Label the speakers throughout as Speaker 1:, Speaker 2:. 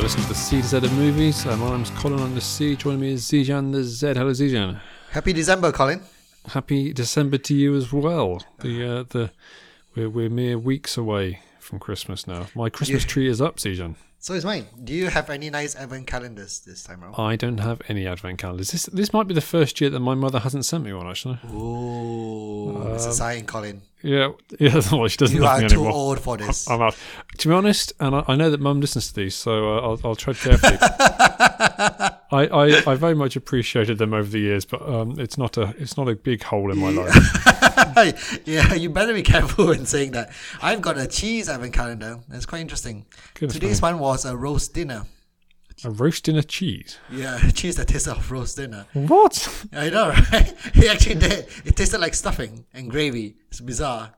Speaker 1: listening to the C to Z of Movies. Uh, my name's Colin on the C. Joining me is Zijan the Z. Hello, Zijan.
Speaker 2: Happy December, Colin.
Speaker 1: Happy December to you as well. The uh, the we're, we're mere weeks away from Christmas now. My Christmas tree is up, Zijan.
Speaker 2: So is mine. Do you have any nice advent calendars this time around?
Speaker 1: I don't have any advent calendars. This this might be the first year that my mother hasn't sent me one. Actually,
Speaker 2: Ooh, Oh, it's a sign, Colin.
Speaker 1: yeah, yeah. Well, she doesn't
Speaker 2: You
Speaker 1: love
Speaker 2: are
Speaker 1: Um, me
Speaker 2: too
Speaker 1: anymore.
Speaker 2: old for this.
Speaker 1: I'm out. To be honest, and I, I know that Mum listens to these, so uh, I'll, I'll tread carefully. I, I, I very much appreciated them over the years, but um, it's not a it's not a big hole in my life.
Speaker 2: yeah, you better be careful in saying that. I've got a cheese advent calendar. It's quite interesting.
Speaker 1: Goodness
Speaker 2: Today's one was a roast dinner.
Speaker 1: A roast in a cheese.
Speaker 2: Yeah, cheese that tasted of roast dinner.
Speaker 1: What?
Speaker 2: I know, right? It actually did. It tasted like stuffing and gravy. It's bizarre.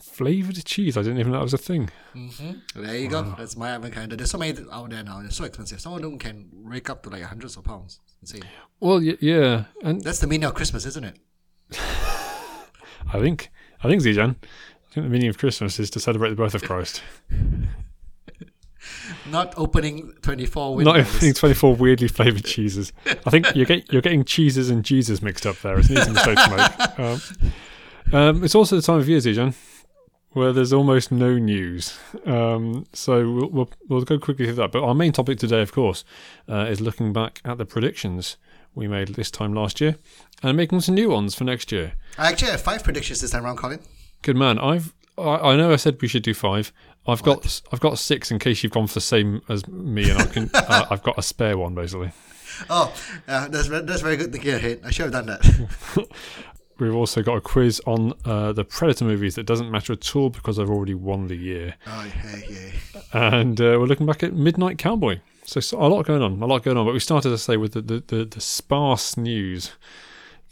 Speaker 1: Flavored cheese? I didn't even know that was a thing.
Speaker 2: There you go. That's my advent calendar. There's so many out there now. They're so expensive. Some of them can rake up to like hundreds of pounds. Insane.
Speaker 1: Well, y- yeah, and
Speaker 2: That's the meaning of Christmas, isn't it?
Speaker 1: I think I think Zijan, I think the meaning of Christmas is to celebrate the birth of Christ.
Speaker 2: Not opening 24
Speaker 1: Not
Speaker 2: windows.
Speaker 1: everything twenty four weirdly flavored cheeses. I think you're, get, you're getting cheeses and Jesus mixed up there. It's an easy mistake to make. Um, um, it's also the time of year, Zijan, where there's almost no news. Um, so we'll, we'll we'll go quickly through that. But our main topic today, of course, uh, is looking back at the predictions we made this time last year and making some new ones for next year.
Speaker 2: I actually have five predictions this time around, Colin.
Speaker 1: Good man. I've I, I know I said we should do five. I've got I've got six in case you've gone for the same as me, and I can uh, I've got a spare one basically.
Speaker 2: Oh, uh, that's, ve- that's very good thinking ahead. I should have done that.
Speaker 1: We've also got a quiz on uh, the Predator movies that doesn't matter at all because I've already won the year,
Speaker 2: oh, yeah, yeah.
Speaker 1: and uh, we're looking back at Midnight Cowboy. So, so a lot going on, a lot going on. But we started, as I say, with the the, the, the sparse news.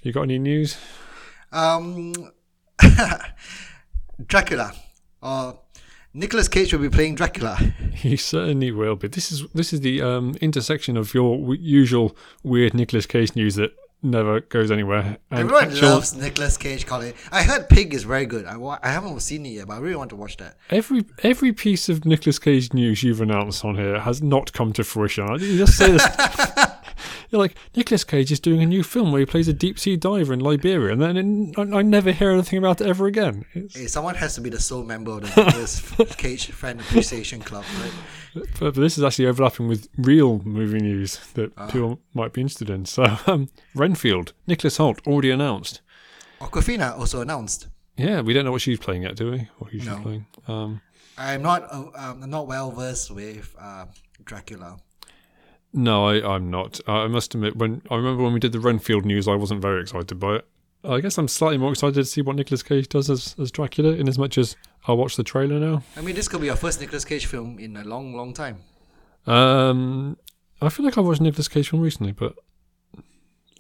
Speaker 1: You got any news?
Speaker 2: Um, Dracula. Or Nicolas Cage will be playing Dracula.
Speaker 1: You certainly will be. This is this is the um, intersection of your w- usual weird Nicolas Cage news that never goes anywhere. And
Speaker 2: Everyone
Speaker 1: actual-
Speaker 2: loves Nicolas Cage, Colin. I heard Pig is very good. I, wa- I haven't seen it yet, but I really want to watch that.
Speaker 1: every every piece of Nicolas Cage news you've announced on here has not come to fruition. I- You just say this. You're like Nicolas Cage is doing a new film where he plays a deep sea diver in Liberia, and then I, I never hear anything about it ever again. It's-
Speaker 2: Hey, someone has to be the sole member of the Nicolas Cage Fan Appreciation Club, right?
Speaker 1: But, but this is actually overlapping with real movie news that people might be interested in. So, um, Renfield, Nicholas Holt, already announced.
Speaker 2: Aquafina also announced.
Speaker 1: Yeah, we don't know what she's playing yet, do we? Or who she's
Speaker 2: No.
Speaker 1: playing? Um,
Speaker 2: I'm not uh, um, I'm not well versed with uh, Dracula.
Speaker 1: no, I, I'm not. I I must admit, when I remember when we did the Renfield news, I wasn't very excited by it. I guess I'm slightly more excited to see what Nicolas Cage does as, as Dracula, in as much as I watch the trailer now.
Speaker 2: I mean, this could be our first Nicolas Cage film in a long, long time.
Speaker 1: Um, I feel like I watched a Nicolas Cage film recently, but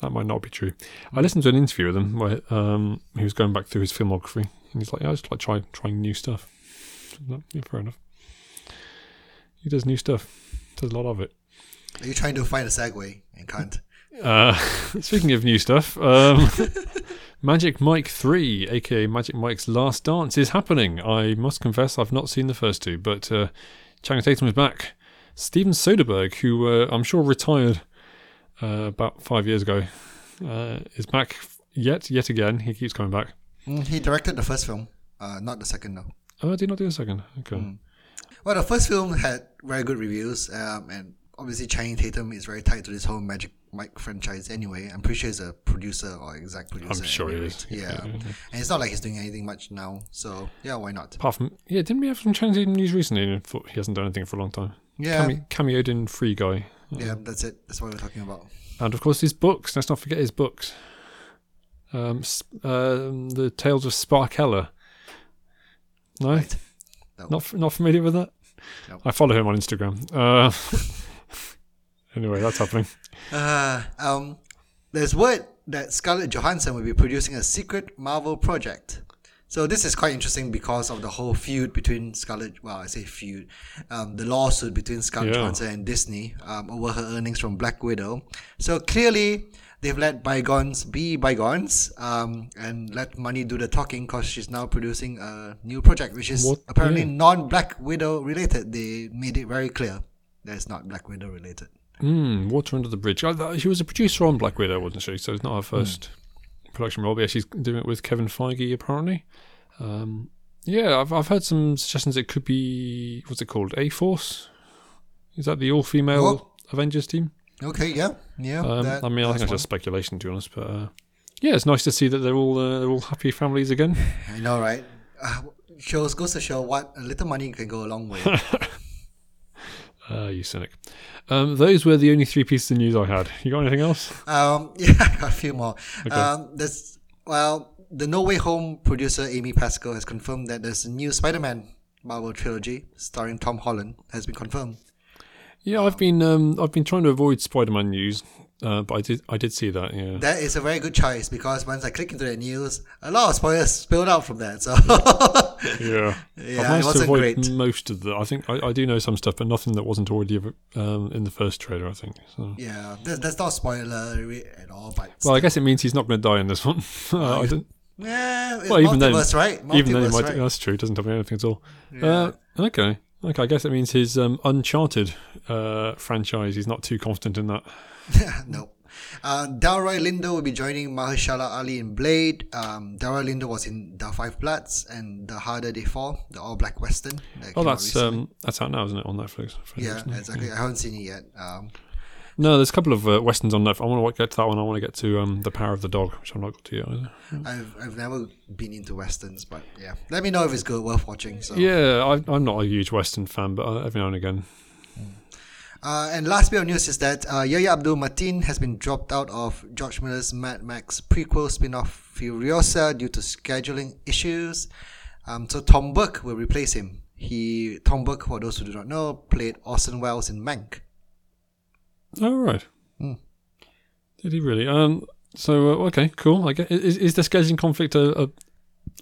Speaker 1: that might not be true. I listened to an interview with him where um, he was going back through his filmography, and he's like, "Yeah, "I just like try trying new stuff." No, yeah, fair enough. He does new stuff. Does a lot of it.
Speaker 2: Are you trying to find a segue and can't?
Speaker 1: Uh, speaking of new stuff, um, Magic Mike 3, aka Magic Mike's Last Dance, is happening. I must confess, I've not seen the first two, but uh, Channing Tatum is back. Steven Soderbergh, who uh, I'm sure retired uh, about five years ago, uh, is back yet, yet again. He keeps coming back.
Speaker 2: Mm, he directed the first film, uh, not the second though.
Speaker 1: Oh, I did not do the second. Okay.
Speaker 2: Well, the first film had very good reviews, um, and obviously Channing Tatum is very tied to this whole Magic Mike franchise anyway. I'm pretty sure he's a producer or exec producer.
Speaker 1: I'm sure he
Speaker 2: anyway.
Speaker 1: is.
Speaker 2: Yeah, and it's not like he's doing anything much now, so yeah, why not?
Speaker 1: Apart from, yeah, didn't we have some Channing Tatum news recently? And I thought He hasn't done anything for a long time.
Speaker 2: Yeah.
Speaker 1: Came- cameoed in Free Guy.
Speaker 2: Yeah, that's it. That's what we're talking about.
Speaker 1: And of course, his books. Let's not forget his books. Um, s- um, the Tales of Sparkella. No,
Speaker 2: Right. No.
Speaker 1: not f- not familiar with that.
Speaker 2: No.
Speaker 1: I follow him on Instagram. Uh, anyway, that's happening.
Speaker 2: Uh, um, there's word that Scarlett Johansson will be producing a secret Marvel project. So this is quite interesting because of the whole feud between Scarlett. Well, I say feud, um, the lawsuit between Scarlett
Speaker 1: Yeah.
Speaker 2: Johansson and Disney um, over her earnings from Black Widow. So clearly, they've let bygones be bygones um, and let money do the talking because she's now producing a new project, which is
Speaker 1: What-
Speaker 2: apparently
Speaker 1: yeah.
Speaker 2: non-Black Widow related. They made it very clear. that is not Black Widow related.
Speaker 1: Mm, Water Under the Bridge. Oh, that- She was a producer on Black Widow, wasn't she? So it's not her
Speaker 2: Hmm.
Speaker 1: first production role. But yeah, she's doing it with Kevin Feige, apparently. Um, yeah, I've, I've heard some suggestions it could be, what's it called? A Force? Is that the all female
Speaker 2: Oh.
Speaker 1: Avengers team?
Speaker 2: Okay, yeah, yeah.
Speaker 1: Um,
Speaker 2: that-
Speaker 1: I mean, I think that's
Speaker 2: that's
Speaker 1: just speculation, to be honest. But uh, yeah, it's nice to see that they're all uh, they're all happy families again.
Speaker 2: one. I know, right? Uh, shows goes to show what a little money can go a long way.
Speaker 1: Uh, you cynic. Um, those were the only three pieces of news I had. You got anything else?
Speaker 2: Um, yeah, I got a few more. Um, there's well, the No Way Home producer Amy Pascal has confirmed that there's a new Spider-Man Marvel trilogy starring Tom Holland has been confirmed.
Speaker 1: Yeah, I've been um, I've been trying to avoid Spider-Man news, uh, but I did I did see that. Yeah,
Speaker 2: That is a very good choice because once I click into the news, a lot of spoilers spilled out from that. So
Speaker 1: yeah.
Speaker 2: Yeah, it
Speaker 1: I've managed to
Speaker 2: wasn't
Speaker 1: avoid
Speaker 2: great.
Speaker 1: most of the. I think I, I do know some stuff, but nothing that wasn't already um, in the first trailer. I think. So.
Speaker 2: yeah, that's, that's not spoilery at all. But
Speaker 1: Well, I guess it means he's not going to die in this one. uh, I don't,
Speaker 2: yeah, it's
Speaker 1: well, even then,
Speaker 2: multiverse, right? Multiverse,
Speaker 1: even then, he might,
Speaker 2: right?
Speaker 1: that's true. Doesn't tell me anything at all. Uh, okay, okay. I guess that means his um, Uncharted uh, franchise. He's not too confident in that.
Speaker 2: no. Uh, Delroy Lindo will be joining Mahershala Ali in Blade. Um, Delroy Lindo was in The Five Bloods and The Harder They Fall, the all black western. that
Speaker 1: Oh,
Speaker 2: came out
Speaker 1: that's
Speaker 2: recently.
Speaker 1: um, that's out now, isn't it, on Netflix? For
Speaker 2: yeah,
Speaker 1: Netflix now.
Speaker 2: exactly. I haven't seen it yet. Um,
Speaker 1: No, there's a couple of uh, westerns on Netflix. I want to get to that one. I want to get to um, the Power of the Dog, which I've not got to yet. Either.
Speaker 2: I've, I've never been into westerns, but yeah, let me know if it's good, worth watching. So
Speaker 1: Yeah, I, I'm not a huge western fan, but uh, every now and again,
Speaker 2: Uh, and last bit of news is that uh, Yahya Abdul Mateen has been dropped out of George Miller's Mad Max prequel spin off Furiosa due to scheduling issues. Um, so Tom Burke will replace him. He Tom Burke, for those who do not know, played Orson Welles in Mank.
Speaker 1: Oh right.
Speaker 2: Hmm.
Speaker 1: Did he really? Um. So uh, okay, cool. I guess is, is the scheduling conflict a, a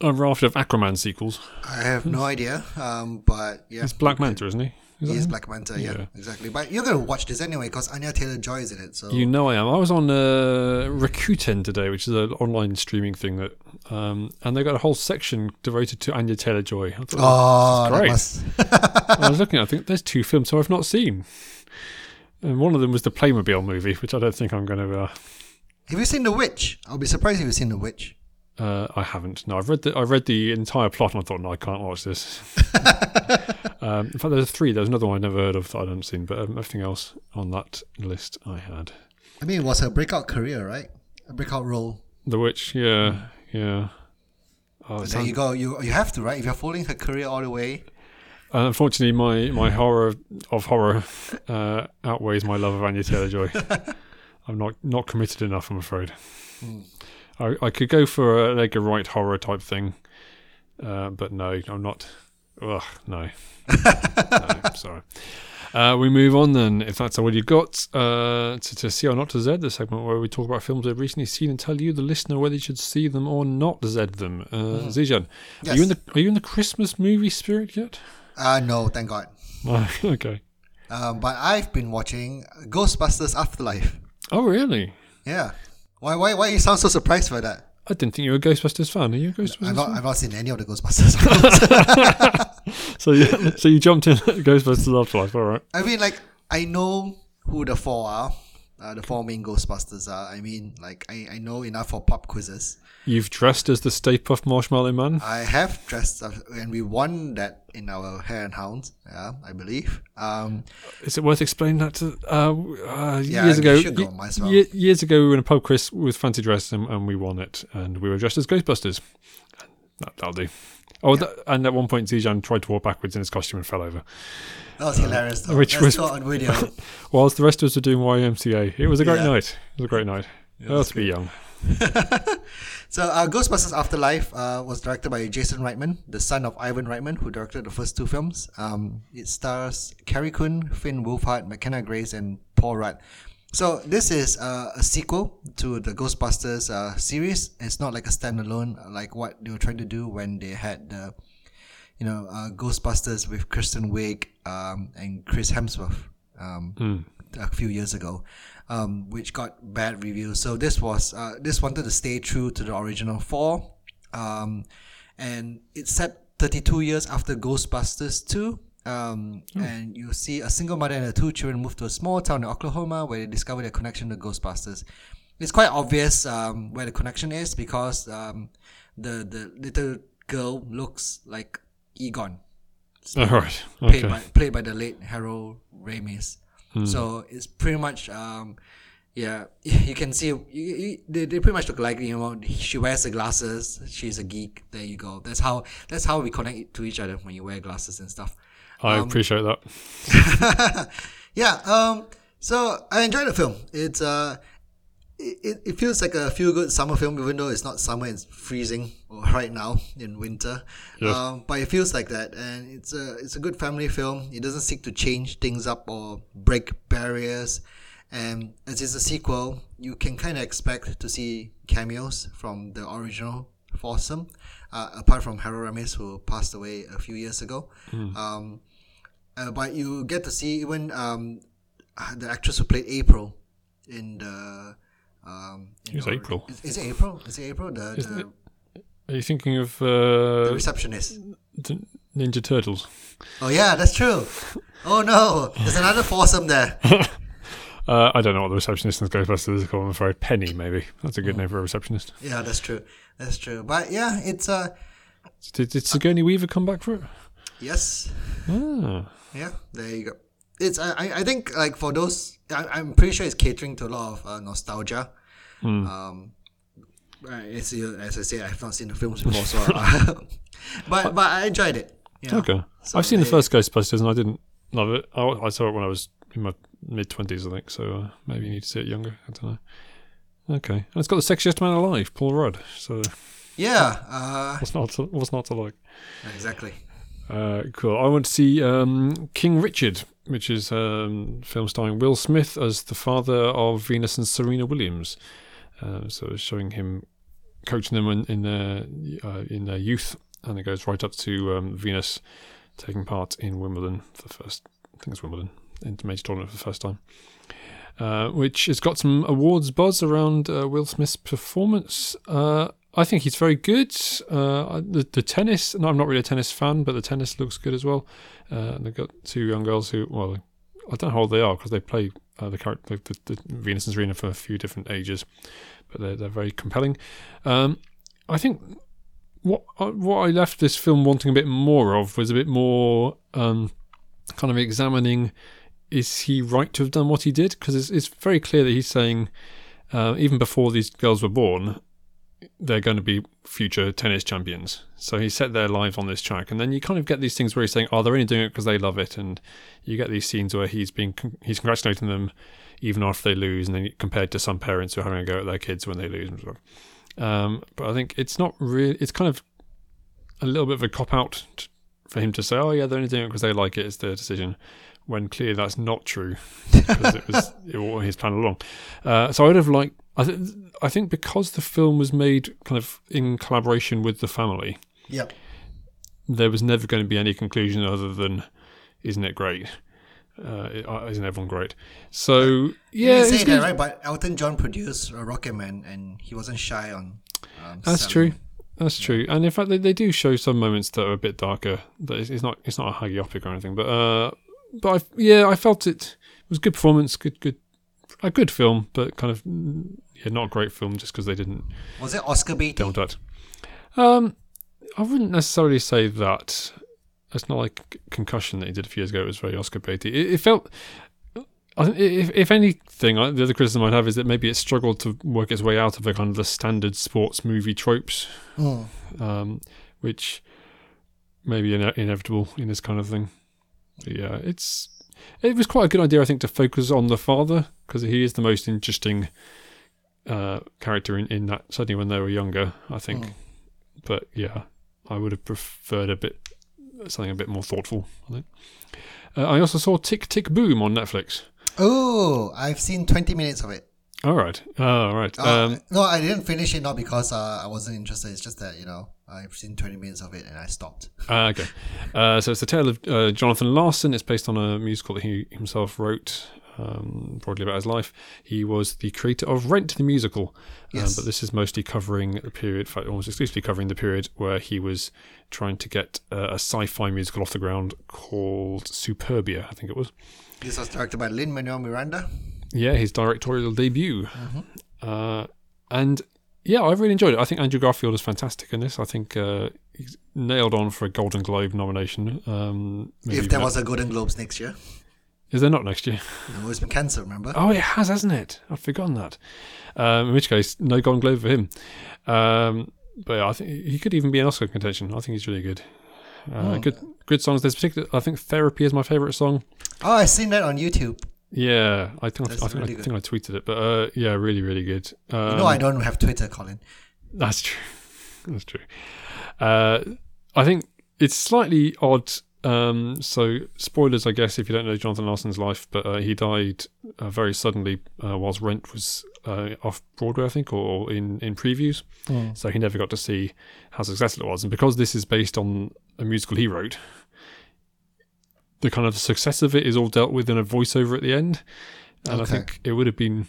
Speaker 1: a raft of Aquaman sequels?
Speaker 2: I have no idea, um, but yeah,
Speaker 1: It's Black Manta, isn't he? Is that
Speaker 2: he is
Speaker 1: him?
Speaker 2: Black Manta. Yeah,
Speaker 1: Yeah.
Speaker 2: exactly. But you're gonna watch this anyway because Anya Taylor Joy is in it. So
Speaker 1: You know I am. I was on uh, Rakuten today, which is an online streaming thing that, um, and they got a whole section devoted to Anya Taylor Joy. I, thought,
Speaker 2: oh, that
Speaker 1: great.
Speaker 2: must,
Speaker 1: I was looking. at it, I think there's two films so I've not seen, and one of them was the Playmobil movie, which I don't think I'm going to. Uh,
Speaker 2: have you seen The Witch? I'll be surprised if you've seen The Witch.
Speaker 1: Uh, I haven't. No, I've read the I read the entire plot and I thought, no, I can't watch this. um, in fact, there's three. There's another one I never heard of that I hadn't seen, but um, everything else on that list I had.
Speaker 2: I mean, it was her breakout career, right? A breakout role.
Speaker 1: The Witch, yeah, yeah. Oh, it
Speaker 2: There you go. You you have to, right? If you're following her career all the way,
Speaker 1: sounds- uh, unfortunately, my, my horror of horror uh, outweighs my love of Anya Taylor Joy. I'm not not committed enough, I'm afraid. I, I could go for a Edgar Wright horror type thing, uh, but no, I'm not. Ugh, no. no sorry. Uh, we move on then, if that's all you've got, uh, to, to See or Not to Z, the segment where we talk about films we've recently seen and tell you, the listener, whether you should see them or not Z them. Uh, Zijan, are, you in
Speaker 2: Yes.
Speaker 1: the, are you in the Christmas movie spirit yet?
Speaker 2: uh no, thank God.
Speaker 1: Oh, okay.
Speaker 2: Um, but I've been watching Ghostbusters Afterlife.
Speaker 1: Oh, really?
Speaker 2: Yeah. Why why why you sound so surprised by that?
Speaker 1: I didn't think you were a Ghostbusters fan. Are you a Ghostbusters fan?
Speaker 2: I've not I've not seen any of the Ghostbusters.
Speaker 1: So you, so you jumped in at Ghostbusters Afterlife, all right.
Speaker 2: I mean, like I know who the four are. Uh, the four main Ghostbusters are. I mean, like I, I know enough for pop quizzes.
Speaker 1: You've dressed as the Stay Puft Marshmallow Man.
Speaker 2: I have dressed up, and we won that in our Hair and Hounds. Yeah, I believe. Um,
Speaker 1: Is it worth explaining that to uh, uh,
Speaker 2: Yeah,
Speaker 1: years
Speaker 2: you
Speaker 1: ago?
Speaker 2: should go, might as well.
Speaker 1: ye- years ago, we were in a pub quiz with fancy dress, and, and we won it, and we were dressed as Ghostbusters. That, that'll do. Oh, that, and at one point, Zijan tried to walk backwards in his costume and fell over.
Speaker 2: that was hilarious. Though.
Speaker 1: Which
Speaker 2: Let's
Speaker 1: was-
Speaker 2: go on video.
Speaker 1: Whilst the rest of us were doing YMCA, it was a great
Speaker 2: Yeah.
Speaker 1: night. It was a great night. oh, to be young.
Speaker 2: So, uh, Ghostbusters Afterlife uh, was directed by Jason Reitman, the son of Ivan Reitman, who directed the first two films. Um, it stars Carrie Coon, Finn Wolfhard, McKenna Grace, and Paul Rudd. So, this is uh, a sequel to the Ghostbusters uh, series. It's not like a standalone, like what they were trying to do when they had the, you know, uh, Ghostbusters with Kristen Wiig um, and Chris Hemsworth. Um, a few years ago, um, which got bad reviews. So this was uh, this wanted to stay true to the original four, um, and it's set 32 years after Ghostbusters 2. Um, And you see a single mother and her two children move to a small town in Oklahoma where they discover their connection to Ghostbusters. It's quite obvious um, where the connection is because um, the the little girl looks like Egon,
Speaker 1: All right.
Speaker 2: played
Speaker 1: Okay.
Speaker 2: by played by the late Harold Ramis. So it's pretty much um, yeah, you can see you, you, they, they pretty much look like you know she wears the glasses. She's a geek. There you go. That's how that's how we connect to each other when you wear glasses and stuff.
Speaker 1: I appreciate that.
Speaker 2: yeah. Um. So I enjoyed the film. It's uh, it, it- it feels like a feel good summer film, even though it's not summer. It's freezing right now in winter.
Speaker 1: Yes.
Speaker 2: Um, but it feels like that, and it's a it's a good family film. It doesn't seek to change things up or break barriers. And as it's a sequel, you can kind of expect to see cameos from the original foursome, uh, apart from Harold Ramis, who passed away a few years ago. Um, uh, but you get to see even um, uh, the actress who played April in the. Um, in
Speaker 1: Who's
Speaker 2: the-
Speaker 1: April?
Speaker 2: Is, is it April? Is it April? The, the,
Speaker 1: Are you thinking of
Speaker 2: the
Speaker 1: uh,
Speaker 2: receptionist.
Speaker 1: the Ninja Turtles?
Speaker 2: Oh yeah, that's true. Oh no, there's another foursome there.
Speaker 1: Uh, I don't know what the receptionist in Ghostbusters is called. I'm afraid Penny, maybe. That's a good name for a receptionist.
Speaker 2: Yeah, that's true. That's true. But yeah, it's uh
Speaker 1: Did, did Sigourney Weaver come back for it?
Speaker 2: yes.
Speaker 1: Ah.
Speaker 2: Yeah, there you go. It's I I- I think like for those I, I'm pretty sure it's catering to a lot of uh, nostalgia.
Speaker 1: Hmm.
Speaker 2: Um, uh, it's, uh, as I say, I've not seen the films before, so uh, but but I enjoyed it. Yeah.
Speaker 1: Okay.
Speaker 2: So
Speaker 1: I've seen the
Speaker 2: they-
Speaker 1: first Ghostbusters and I didn't love it. I, I saw it when I was in my mid 20s, I think, so uh, maybe you need to see it younger. I don't know. Okay. And it's got the sexiest man alive, Paul Rudd. So
Speaker 2: Yeah, uh,
Speaker 1: what's not to, what's not to like?
Speaker 2: exactly.
Speaker 1: Uh, cool. I want to see um, King Richard, which is um, a film starring Will Smith as the father of Venus and Serena Williams. Um, so it's showing him coaching them in, in their uh, in their youth, and it goes right up to um, Venus taking part in Wimbledon for the first. I think it's Wimbledon in the major tournament for the first time. Uh, which has got some awards buzz around uh, Will Smith's performance. Uh, I think he's very good. Uh, I- the, the tennis, no, I'm not really a tennis fan, but the tennis looks good as well. Uh, and they've got two young girls who, well, I don't know how old they are because they play uh, the character, the, the, the Venus and Serena for a few different ages, but they're, they're very compelling. Um, I think what I- what I left this film wanting a bit more of was a bit more um, kind of examining is he right to have done what he did? Because it's, it's very clear that he's saying, uh, even before these girls were born, they're going to be future tennis champions. So he set their lives on this track, and then you kind of get these things where he's saying, "Oh, they're only doing it because they love it," and you get these scenes where he's being con- he's congratulating them even after they lose, and then compared to some parents who are having a go at their kids when they lose. And stuff. Um, but I think it's not really. It's kind of a little bit of a cop out t- for him to say, "Oh, yeah, they're only doing it because they like it. It's their decision." When clearly that's not true, because it was it was his plan all along. Uh, so I would have liked. I, th- I think because the film was made kind of in collaboration with the family,
Speaker 2: Yep.
Speaker 1: there was never going to be any conclusion other than, "Isn't it great? Uh, it- uh, isn't everyone great?" So yeah,
Speaker 2: you
Speaker 1: it's
Speaker 2: say
Speaker 1: good.
Speaker 2: that right, but Elton John produced uh, Rocketman, and he wasn't shy on. Um,
Speaker 1: That's true.
Speaker 2: selling-
Speaker 1: That's true. And in fact, they, they do show some moments that are a bit darker. That it's, it's not it's not a hagiopic or anything, but uh, but I, yeah, I felt it, it was good performance, good good a good film, but kind of mm, yeah, not a great film just because they didn't
Speaker 2: Was it Oscar bait?
Speaker 1: delve that. Um, I wouldn't necessarily say that. It's not like C- concussion that he did a few years ago. It was very Oscar baity. It, it felt. I think if, if anything, I, the other criticism I'd have is that maybe it struggled to work its way out of the kind of the standard sports movie tropes
Speaker 2: Mm.
Speaker 1: um, which may be ine- inevitable in this kind of thing. But yeah, it's it was quite a good idea, I think, to focus on the father because he is the most interesting uh, character in, in that. Certainly when they were younger, I think. But yeah, I would have preferred a bit something a bit more thoughtful. I think. Uh, I also saw Tick Tick Boom on Netflix.
Speaker 2: Oh, I've seen twenty minutes of it.
Speaker 1: All right, all right.
Speaker 2: Uh,
Speaker 1: um,
Speaker 2: no, I didn't finish it not because uh, I wasn't interested. It's just that you know I've seen twenty minutes of it and I stopped.
Speaker 1: Uh, okay. Uh, so it's the tale of uh, Jonathan Larson. It's based on a musical that he himself wrote. um, broadly about his life. He was the creator of Rent the musical,
Speaker 2: Yes.
Speaker 1: um, but this is mostly covering the period, in fact, almost exclusively covering the period where he was trying to get uh, a sci-fi musical off the ground called Superbia, I think it was.
Speaker 2: This was directed by Lin Manuel Miranda.
Speaker 1: Yeah, his directorial debut.
Speaker 2: Mm-hmm.
Speaker 1: Uh, and yeah, I really enjoyed it. I think Andrew Garfield is fantastic in this. I think uh, he's nailed on for a Golden Globe nomination. Um, maybe
Speaker 2: If there
Speaker 1: even-
Speaker 2: was a Golden Globes next year,
Speaker 1: is there not next year?
Speaker 2: no, it's been cancelled. Remember?
Speaker 1: Oh, it has, hasn't it? I'd forgotten that. Um, in which case, no Golden Globe for him. Um, but yeah, I think he could even be an Oscar contention. I think he's really good.
Speaker 2: Hmm.
Speaker 1: Uh, Good, good songs. There's particular. I think "Therapy" is my favorite song.
Speaker 2: Oh, I seen that on YouTube.
Speaker 1: Yeah, I think I, I
Speaker 2: That's
Speaker 1: think,
Speaker 2: really
Speaker 1: I,
Speaker 2: good.
Speaker 1: think I tweeted it, but uh, yeah, really, really good. Um,
Speaker 2: you know, I don't have Twitter, Colin.
Speaker 1: That's true. That's true. Uh, I think it's slightly odd. Um, so, spoilers, I guess, if you don't know Jonathan Larson's life, but uh, he died uh, very suddenly uh, whilst Rent was uh, off Broadway, I think, or, or in, in previews. So, he never got to see how successful it was. And because this is based on a musical he wrote, the kind of success of it is all dealt with in a voiceover at the end. And I
Speaker 2: Okay.
Speaker 1: think it would have been,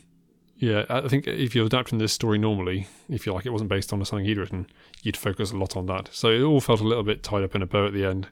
Speaker 1: yeah, I I think if you're adapting this story normally, if you like it wasn't based on something he'd written, you'd focus a lot on that. So it all felt a little bit tied up in a bow at the end.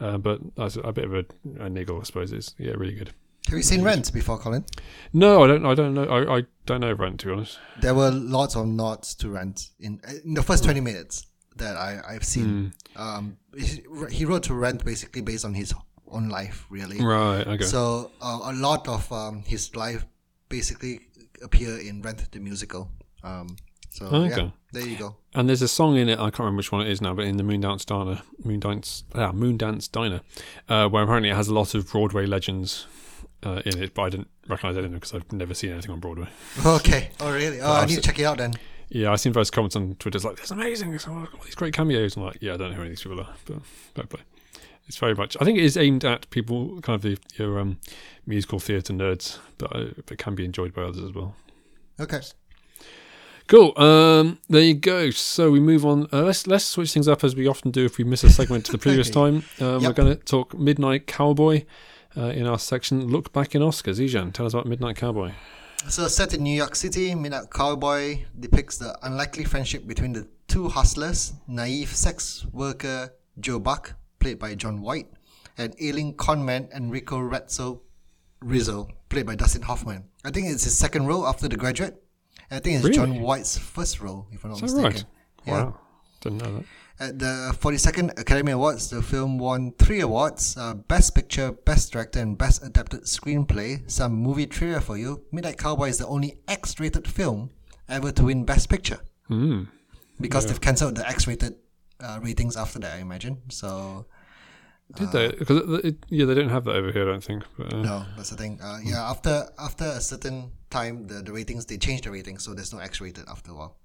Speaker 1: Uh, but that's a bit of a, a niggle, I suppose. It's yeah, really good.
Speaker 2: Have you seen Rent before, Colin?
Speaker 1: No, I don't. I don't know. I, I don't know Rent to be honest.
Speaker 2: There were lots of nods to Rent in in the first twenty minutes that I I've seen.
Speaker 1: Hmm.
Speaker 2: Um, he, he wrote to Rent basically based on his own life, really.
Speaker 1: Right. Okay.
Speaker 2: So uh, a lot of um, his life basically appear in Rent the musical. Um, so yeah,
Speaker 1: Oh, Okay.
Speaker 2: there you go.
Speaker 1: and there's a song in it. I can't remember which one it is now, but in the Moondance Diner, Moondance, ah, Moondance Diner, uh, where apparently it has a lot of Broadway legends uh, in it. But I didn't recognise any of them because I've never seen anything on Broadway.
Speaker 2: Okay. Oh really? Oh, I need to check it out then.
Speaker 1: Yeah, I seen various comments on Twitter. It's like, "That's amazing! It's all all these great cameos." I'm like, "Yeah, I don't know who any of these people are, but fair play." It's very much. I think it is aimed at people, kind of the your um, musical theatre nerds, but uh, it can be enjoyed by others as well.
Speaker 2: Okay.
Speaker 1: Cool. Um, there you go. So we move on. Uh, let's let's switch things up as we often do if we miss a segment to the previous time. Um, We're
Speaker 2: Yep.
Speaker 1: going to talk Midnight Cowboy uh, in our section. Look back in Oscars. Ijan, tell us about Midnight Cowboy.
Speaker 2: So set in New York City, Midnight Cowboy depicts the unlikely friendship between the two hustlers, naive sex worker Joe Buck, played by John White, and ailing conman Enrico Rezzo, Rizzo, played by Dustin Hoffman. I think it's his second role after The Graduate. I think it's John
Speaker 1: Really?
Speaker 2: White's first role, if I'm not
Speaker 1: Is that
Speaker 2: mistaken.
Speaker 1: right?
Speaker 2: Yeah.
Speaker 1: Wow. Didn't know that.
Speaker 2: At the 42nd Academy Awards, the film won three awards uh, Best Picture, Best Director, and Best Adapted Screenplay. Some movie trivia for you Midnight Cowboy is the only X rated film ever to win Best Picture. Because they've cancelled the X rated uh, ratings after that, I imagine. So,
Speaker 1: Did they? Because yeah, they don't have that over here. I don't think. But, uh,
Speaker 2: Uh, no, that's the thing. Uh, yeah, after after a certain time, the, the ratings, they changed the ratings, so there's no X rated after a while.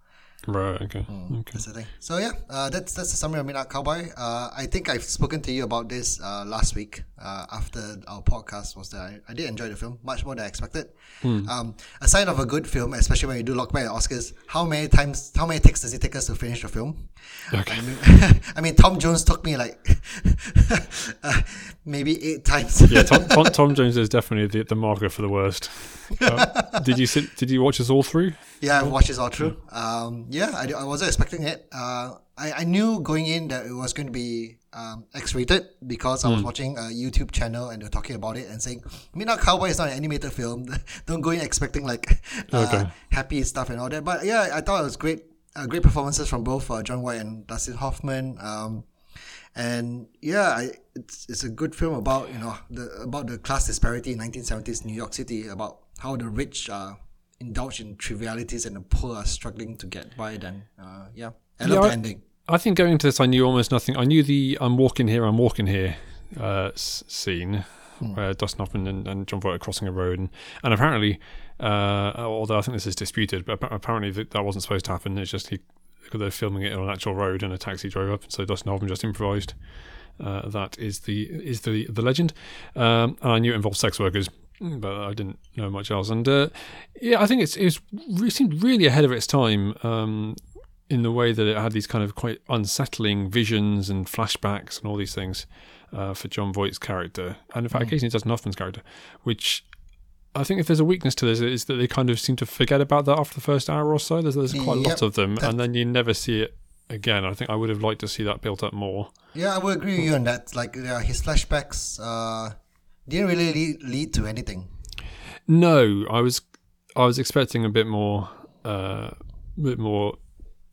Speaker 1: Right. Okay. Okay.
Speaker 2: That's the thing. So yeah, uh, that's that's the summary of Midnight Cowboy. Uh, I think I've spoken to you about this uh, last week uh, after our podcast was there. I, I did enjoy the film much more than I expected.
Speaker 1: Hmm.
Speaker 2: Um, a sign of a good film, especially when you do look back at Oscars, how many times, how many takes does it take us to finish the film?
Speaker 1: Okay.
Speaker 2: I mean, I mean Tom Jones took me like uh, maybe eight times.
Speaker 1: Yeah, Tom, Tom, Tom Jones is definitely the, the marker for the worst. Uh, did you sit? Did you watch us all through?
Speaker 2: Yeah, I've watched this all through. Um, yeah, I, I wasn't expecting it. Uh, I, I knew going in that it was going to be um, X rated because I was watching a YouTube channel and they're talking about it and saying, Midnight Cowboy is not an animated film. Don't go in expecting like uh,
Speaker 1: Okay.
Speaker 2: happy stuff and all that. But yeah, I thought it was great. Uh, great performances from both uh, John White and Dustin Hoffman. Um, and yeah, I, it's it's a good film about you know the about the class disparity in 1970s New York City about how the rich uh, indulge in trivialities and the poor are struggling to get by. Then uh, yeah, I love
Speaker 1: Yeah,
Speaker 2: the
Speaker 1: I-
Speaker 2: ending.
Speaker 1: I think going into this, I knew almost nothing. I knew the "I'm walking here, I'm walking here" uh, s- scene where Dustin Hoffman and, and John Voight are crossing a road, and, and apparently, uh, although I think this is disputed, but appa- apparently that, that wasn't supposed to happen. It's just he, they're filming it on an actual road, and a taxi drove up, and so Dustin Hoffman just improvised. Uh, that is the is the the legend, um, and I knew it involved sex workers, mm, but I didn't know much else. And uh, yeah, I think it's it's it seemed really ahead of its time. Um, in the way that it had these kind of quite unsettling visions and flashbacks and all these things uh, for John Voight's character, and in fact, occasionally Dustin Hoffman's character, which I think if there's a weakness to this is that they kind of seem to forget about that after the first hour or so. There's, there's quite a
Speaker 2: Yep.
Speaker 1: lot of them,
Speaker 2: That-
Speaker 1: and then you never see it again. I think I would have liked to see that built up more.
Speaker 2: Yeah, I would agree with you on that. Like yeah, his flashbacks uh, didn't really lead, lead to anything.
Speaker 1: No, I was I was expecting a bit more, uh, bit more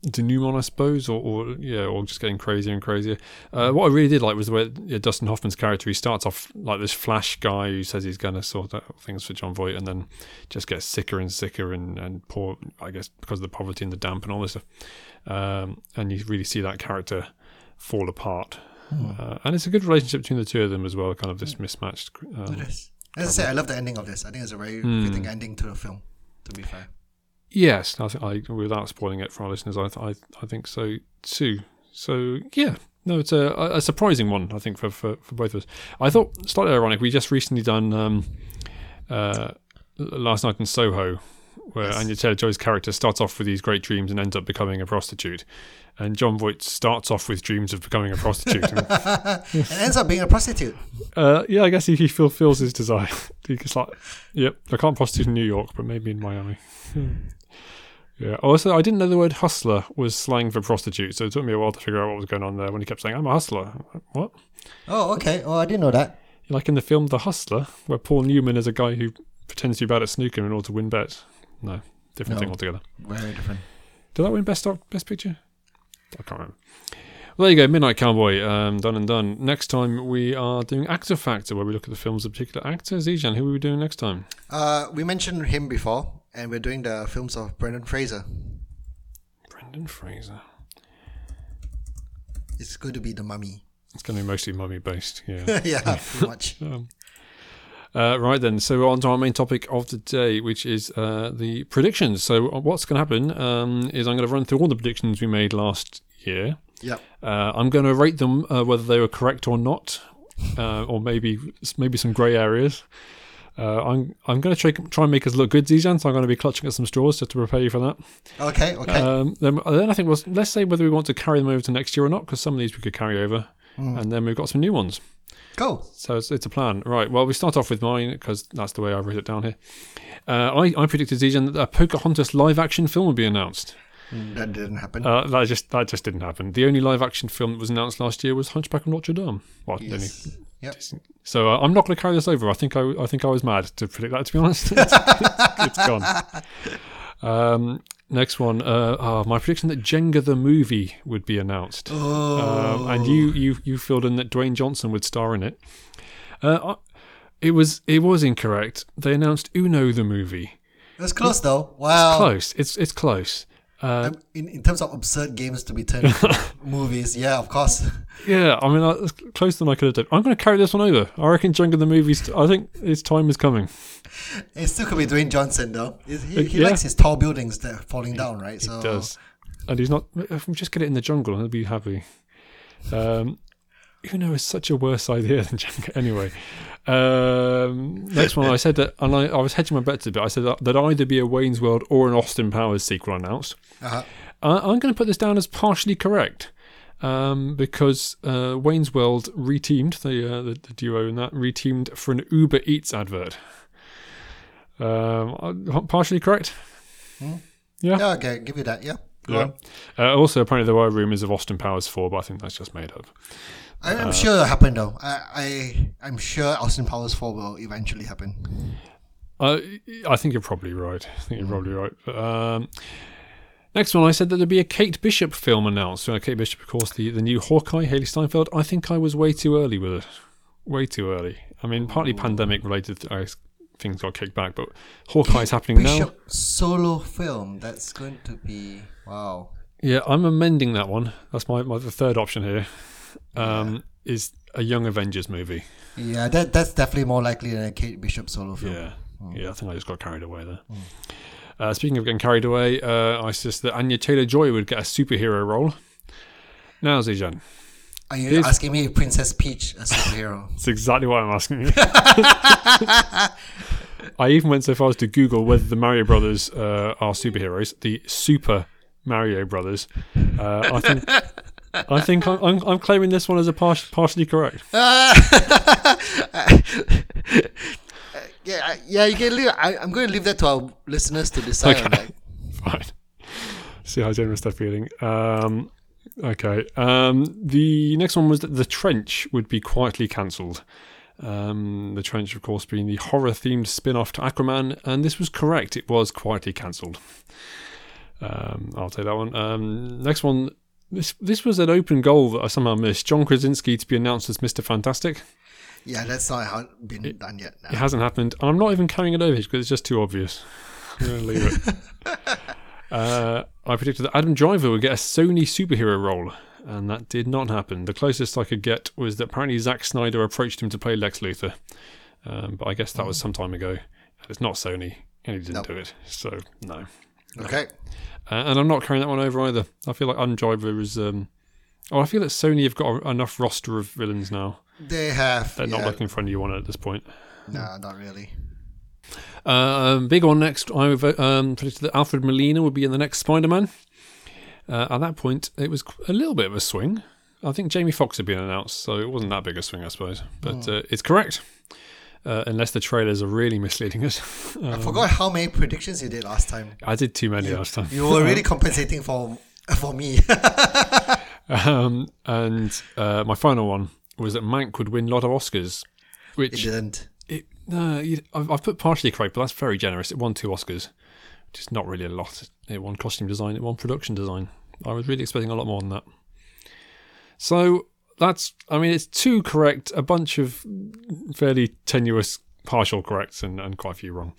Speaker 1: denouement, I suppose, or, or yeah, or just getting crazier and crazier. Uh, what I really did like was the way yeah, Dustin Hoffman's character he starts off like this flash guy who says he's going to sort out things for John Voight, and then just gets sicker and sicker and and poor, I guess, because of the poverty and the damp and all this stuff. Um, and you really see that character fall apart. Uh, and it's a good relationship between the two of them as well, kind of this mismatched. Um,
Speaker 2: Yes. As I said, I love the ending of this. I think it's a very fitting ending to the film. To be fair.
Speaker 1: Yes, I think I, without spoiling it for our listeners, I, th- I I think so too. So yeah, no, it's a, a surprising one, I think, for, for, for both of us. I thought slightly ironic. We just recently done um, uh, L- last night in Soho, where
Speaker 2: Yes.
Speaker 1: Anya Taylor Joy's character starts off with these great dreams and ends up becoming a prostitute, and John Voight starts off with dreams of becoming a prostitute. And,
Speaker 2: and ends up being a prostitute.
Speaker 1: uh, yeah, I guess he, he fulfills his desire. He's like, yep, I can't prostitute in New York, but maybe in Miami. yeah. Also, I didn't know the word hustler was slang for prostitute, so it took me a while to figure out what was going on there when he kept saying, I'm a hustler. I'm like, What?
Speaker 2: Oh, okay. Oh, I didn't know that.
Speaker 1: Like in the film The Hustler, where Paul Newman is a guy who pretends to be bad at snooker in order to win bets. No, different
Speaker 2: No.
Speaker 1: thing altogether.
Speaker 2: Very different.
Speaker 1: Did that win best doc, best picture? I can't remember. Well, there you go, Midnight Cowboy, um, done and done. Next time we are doing Actor Factor, where we look at the films of particular actors. Zijan, who are we doing next time?
Speaker 2: Uh, we mentioned him before, and we're doing the films of Brendan Fraser.
Speaker 1: Brendan Fraser.
Speaker 2: It's going to be the Mummy.
Speaker 1: It's going to be mostly mummy based. Yeah.
Speaker 2: yeah, pretty much.
Speaker 1: um, uh, right then, so we're on to our main topic of the day, which is uh, the predictions. So uh, what's going to happen um, is I'm going to run through all the predictions we made last year.
Speaker 2: Yeah.
Speaker 1: Uh, I'm going to rate them uh, whether they were correct or not, uh, or maybe maybe some grey areas. Uh, I'm I'm going to try, try and make us look good, Zijan. So I'm going to be clutching at some straws just to prepare you for that.
Speaker 2: Okay. Okay.
Speaker 1: Um, then, then I think we'll, let's say whether we want to carry them over to next year or not, because some of these we could carry over, and then we've got some new ones.
Speaker 2: cool.
Speaker 1: So it's, it's a plan, right? Well, we start off with mine because that's the way I wrote it down here. Uh, I, I predicted, Zijan, that a Pocahontas live-action film would be announced.
Speaker 2: That didn't happen.
Speaker 1: Uh, that just that just didn't happen. The only live-action film that was announced last year was Hunchback of Notre Dame. Well, the only-
Speaker 2: yes. Yep.
Speaker 1: so uh, I'm not going to carry this over. I think I, I think I was mad to predict that. To be honest, it's, it's gone. Um, next one. Uh, ah, my prediction that Jenga the movie would be announced, um, and you you you filled in that Dwayne Johnson would star in it. Uh, I- it was it was incorrect. They announced Uno the movie.
Speaker 2: It was close though. Wow.
Speaker 1: Close. It's it's close.
Speaker 2: Um, in, in terms of absurd games to be turned into movies, yeah, of course.
Speaker 1: Yeah, I mean that's closer than I could have done. I'm going to carry this one over. I reckon Jenga the movie's. I think its time is coming.
Speaker 2: It still could be Dwayne Johnson though. Is- He, he
Speaker 1: yeah.
Speaker 2: likes his tall buildings that are falling down, right? So
Speaker 1: does. And he's not. If we just get it in the jungle, he'll be happy. Um, Uno is such a worse idea than Jenga. Anyway, um, next one. I said that, and I, I was hedging my bets a bit. I said that there'd either be a Wayne's World or an Austin Powers sequel announced.
Speaker 2: uh
Speaker 1: I, I'm going to put this down as partially correct um, because uh, Wayne's World reteamed the, uh, the the duo in that reteamed for an Uber Eats advert. Um, uh, partially correct.
Speaker 2: yeah, okay, give you that. Yeah, go
Speaker 1: Yeah.
Speaker 2: on.
Speaker 1: Uh, also, apparently there were rumours of Austin Powers four, but I think that's just made up.
Speaker 2: I,
Speaker 1: Uh,
Speaker 2: I'm sure it'll happen though. I, I I'm sure Austin Powers Four will eventually happen.
Speaker 1: Uh, I think you're probably right. I think you're probably right. Um, next one, I said that there'd be a Kate Bishop film announced. Uh, Kate Bishop, of course, the, the new Hawkeye, Haley Steinfeld. I think I was way too early with it. Way too early. I mean, partly pandemic related I guess things got kicked back, but Hawkeye's Oh, happening now.
Speaker 2: Bishop solo film. That's going to be wow.
Speaker 1: Yeah, I'm amending that one. That's my, my the third option here. Um, Is a Young Avengers movie.
Speaker 2: Yeah, that that's definitely more likely than a Kate Bishop solo film.
Speaker 1: Yeah, yeah. I think I just got carried away there. Uh, speaking of getting carried away, uh, I suggest that Anya Taylor Joy would get a superhero role. Now, Zijan,
Speaker 2: Are you
Speaker 1: This-
Speaker 2: asking me if Princess Peach a superhero?
Speaker 1: that's exactly what I'm asking you. I even went so far as to Google whether the Mario Brothers uh, are superheroes. The Super Mario Brothers. Uh, I think. I think I'm, I'm, I'm claiming this one as a par- partially correct.
Speaker 2: Yeah, I, yeah, you can leave. I, I'm going to leave that to our listeners to decide. on
Speaker 1: Okay.
Speaker 2: that.
Speaker 1: Fine. See how generous they're feeling. Um, okay. Um, the next one was that The Trench would be quietly cancelled. Um, the Trench, of course, being the horror themed spin off to Aquaman, and this was correct. It was quietly cancelled. Um, I'll take that one. Um, next one. This, this was an open goal that I somehow missed. John Krasinski to be announced as Mr. Fantastic.
Speaker 2: Yeah, that's not how been done yet.
Speaker 1: It
Speaker 2: Now.
Speaker 1: hasn't happened. I'm not even carrying it over because it's just too obvious. I'm gonna leave it. uh, I predicted that Adam Driver would get a Sony superhero role, and that did not happen. The closest I could get was that apparently Zack Snyder approached him to play Lex Luthor, um, but I guess that was some time ago. And It's not Sony, and he didn't
Speaker 2: Hmm. Nope.
Speaker 1: do it. So no.
Speaker 2: Okay.
Speaker 1: Uh, and I'm not carrying that one over either. I feel like Adam Driver is. Um, oh, I feel that Sony have got a, enough roster of villains now.
Speaker 2: They have.
Speaker 1: They're
Speaker 2: yeah,
Speaker 1: not looking for a new one at this point.
Speaker 2: No, not really.
Speaker 1: Um, big one next. I vo- um, predicted that Alfred Molina would be in the next Spider-Man. Uh, at that point, it was qu- a little bit of a swing. I think Jamie Foxx had been announced, so it wasn't that big a swing, I suppose. But uh, it's correct, uh, unless the trailers are really misleading us.
Speaker 2: I
Speaker 1: Uh,
Speaker 2: forgot how many predictions you did last time.
Speaker 1: I did too many last time.
Speaker 2: You were really compensating for for me.
Speaker 1: Um, and uh, my final one was that Mank would win a lot of Oscars,
Speaker 2: you
Speaker 1: which
Speaker 2: didn't.
Speaker 1: It, no, you, I've, I've put partially correct, but that's very generous. It won two Oscars, which is not really a lot. It won costume design, it won production design. I was really expecting a lot more than that. So that's, I mean, it's two correct, a bunch of fairly tenuous partial corrects, and, and quite a few wrong.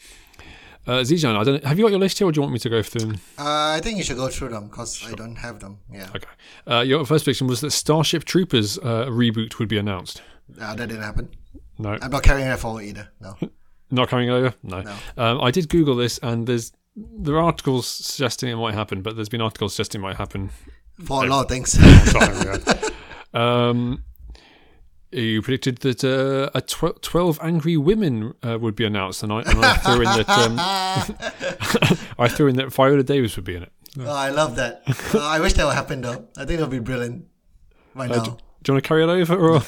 Speaker 1: Uh, Zijan, I don't. Have you got your list here, or do you want me to go through? Them?
Speaker 2: Uh, I think you should go through them because I don't have them. Yeah,
Speaker 1: Okay. Uh, your first prediction was that Starship Troopers uh, reboot would be announced.
Speaker 2: uh, that didn't happen.
Speaker 1: No.
Speaker 2: I'm not carrying that forward either. No.
Speaker 1: Not coming over? No.
Speaker 2: No.
Speaker 1: Um, I did Google this, and there's there are articles suggesting it might happen, but there's been articles suggesting it might happen.
Speaker 2: For a lot of things.
Speaker 1: Sorry, yeah. um, you predicted that uh, a tw- twelve angry women uh, would be announced, and I, and I threw in that um,
Speaker 2: Ah,
Speaker 1: I threw in that Viola Davis would be in it.
Speaker 2: oh, I love that. Uh, I wish that would happen though. I think that would be brilliant. Right
Speaker 1: Uh,
Speaker 2: now.
Speaker 1: do, do you want to carry it over? Or?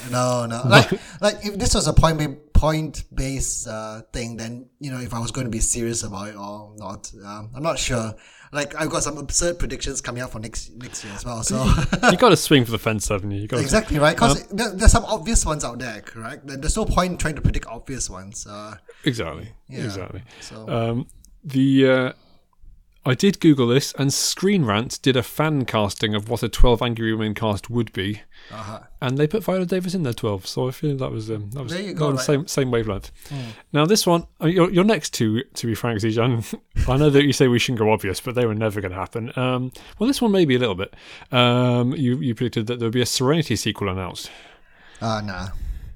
Speaker 2: No, no. Like, like if this was a point ba- point based uh, thing, then you know if I was going to be serious about it or not, um, I'm not sure. Like I've got some absurd predictions coming out for next next year as well. So
Speaker 1: you got to swing for the fence, haven't you? you got
Speaker 2: exactly right, because there, there's some obvious ones out there, correct? There- There's no point trying to predict obvious ones. Uh,
Speaker 1: exactly, exactly.
Speaker 2: so
Speaker 1: Um, the uh, I did Google this, and Screen Rant did a fan casting of what a Twelve Angry Women cast would be,
Speaker 2: uh-huh.
Speaker 1: and they put Viola Davis in their twelve. So I feel that was um, that was
Speaker 2: There you
Speaker 1: that
Speaker 2: go, Hmm.
Speaker 1: was
Speaker 2: right.
Speaker 1: the same same wavelength. Now this one, I mean, your, your next two, to be frank, Zijan, I know that you say we shouldn't go obvious, but they were never going to happen. Um, well, this one maybe a little bit. Um, you you predicted that there would be a Serenity sequel announced.
Speaker 2: uh, nah.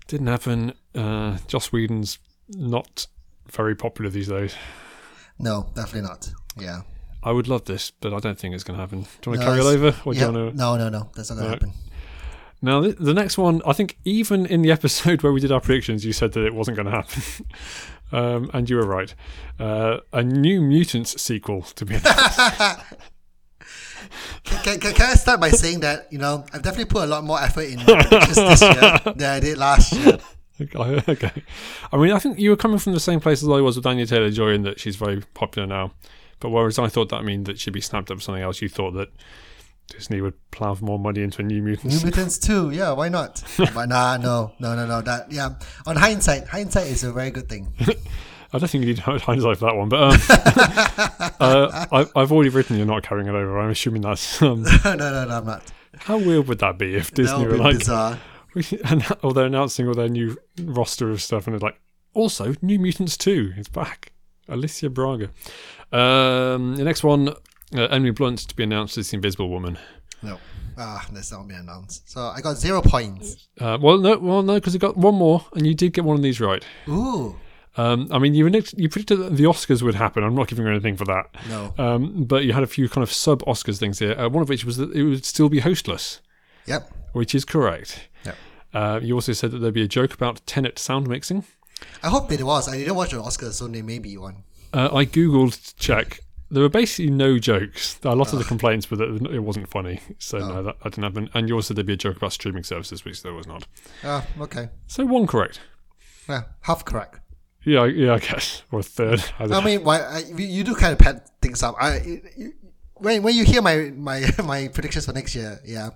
Speaker 1: Didn't happen. Uh, Joss Whedon's not very popular these days.
Speaker 2: No, definitely not. Yeah.
Speaker 1: I would love this, but I don't think it's going to happen. Do you want to
Speaker 2: No,
Speaker 1: carry it
Speaker 2: it's-
Speaker 1: over, or do
Speaker 2: yeah.
Speaker 1: you want to?
Speaker 2: No, no, no. That's not gonna happen.
Speaker 1: Now, th- the next one, I think, even in the episode where we did our predictions, you said that it wasn't going to happen, um, and you were right. Uh, a New Mutants sequel to be announced.
Speaker 2: Can, can, can I start by saying that you know I've definitely put a lot more effort in predictions this year than I did last year.
Speaker 1: okay. okay. I mean, I think you were coming from the same place as I was with Daniel Taylor Joy, in that she's very popular now. But whereas I thought that meant that she'd be snapped up for something else, you thought that Disney would plough more money into a New
Speaker 2: New
Speaker 1: Mutants.
Speaker 2: Mutants too, yeah. Why not? But nah, no, no, no, no. That yeah. On hindsight, hindsight is a very good thing.
Speaker 1: I don't think you need hindsight for that one, but um, uh, I, I've already written you're not carrying it over. I'm assuming that's um,
Speaker 2: no, no, no, I'm not.
Speaker 1: how weird would that be if
Speaker 2: That
Speaker 1: Disney were
Speaker 2: would be
Speaker 1: like,
Speaker 2: bizarre.
Speaker 1: and or they're announcing all their new roster of stuff, and they're like, also New Mutants two is back, Alicia Braga. Um, the next one, uh, Emily Blunt to be announced as the Invisible Woman.
Speaker 2: No, ah, that's not been announced. So I got zero points.
Speaker 1: Uh, well, no, well, no, because I got one more, and you did get one of these right.
Speaker 2: Ooh,
Speaker 1: Um, I mean, you, predict- you predicted that the Oscars would happen. I'm not giving her anything for that.
Speaker 2: no.
Speaker 1: Um, but you had a few kind of sub Oscars things here. Uh, one of which was that it would still be hostless,
Speaker 2: Yep.
Speaker 1: which is correct.
Speaker 2: Yep.
Speaker 1: Uh, you also said that there'd be a joke about Tenet sound mixing.
Speaker 2: I hope it was. I didn't watch the Oscars, so there may be one.
Speaker 1: Uh, I googled to check. There were basically no jokes. A lot of the complaints were that it wasn't funny, so no, that, that didn't happen. And you also said there'd be a joke about streaming services, which there was not.
Speaker 2: Ah, okay.
Speaker 1: So one correct.
Speaker 2: Yeah, half correct.
Speaker 1: Yeah, yeah, I guess. Or a third. I don't
Speaker 2: I
Speaker 1: know.
Speaker 2: mean, why I, you- you do kind of pad things up. I you, when when you hear my my my predictions for next year, yeah,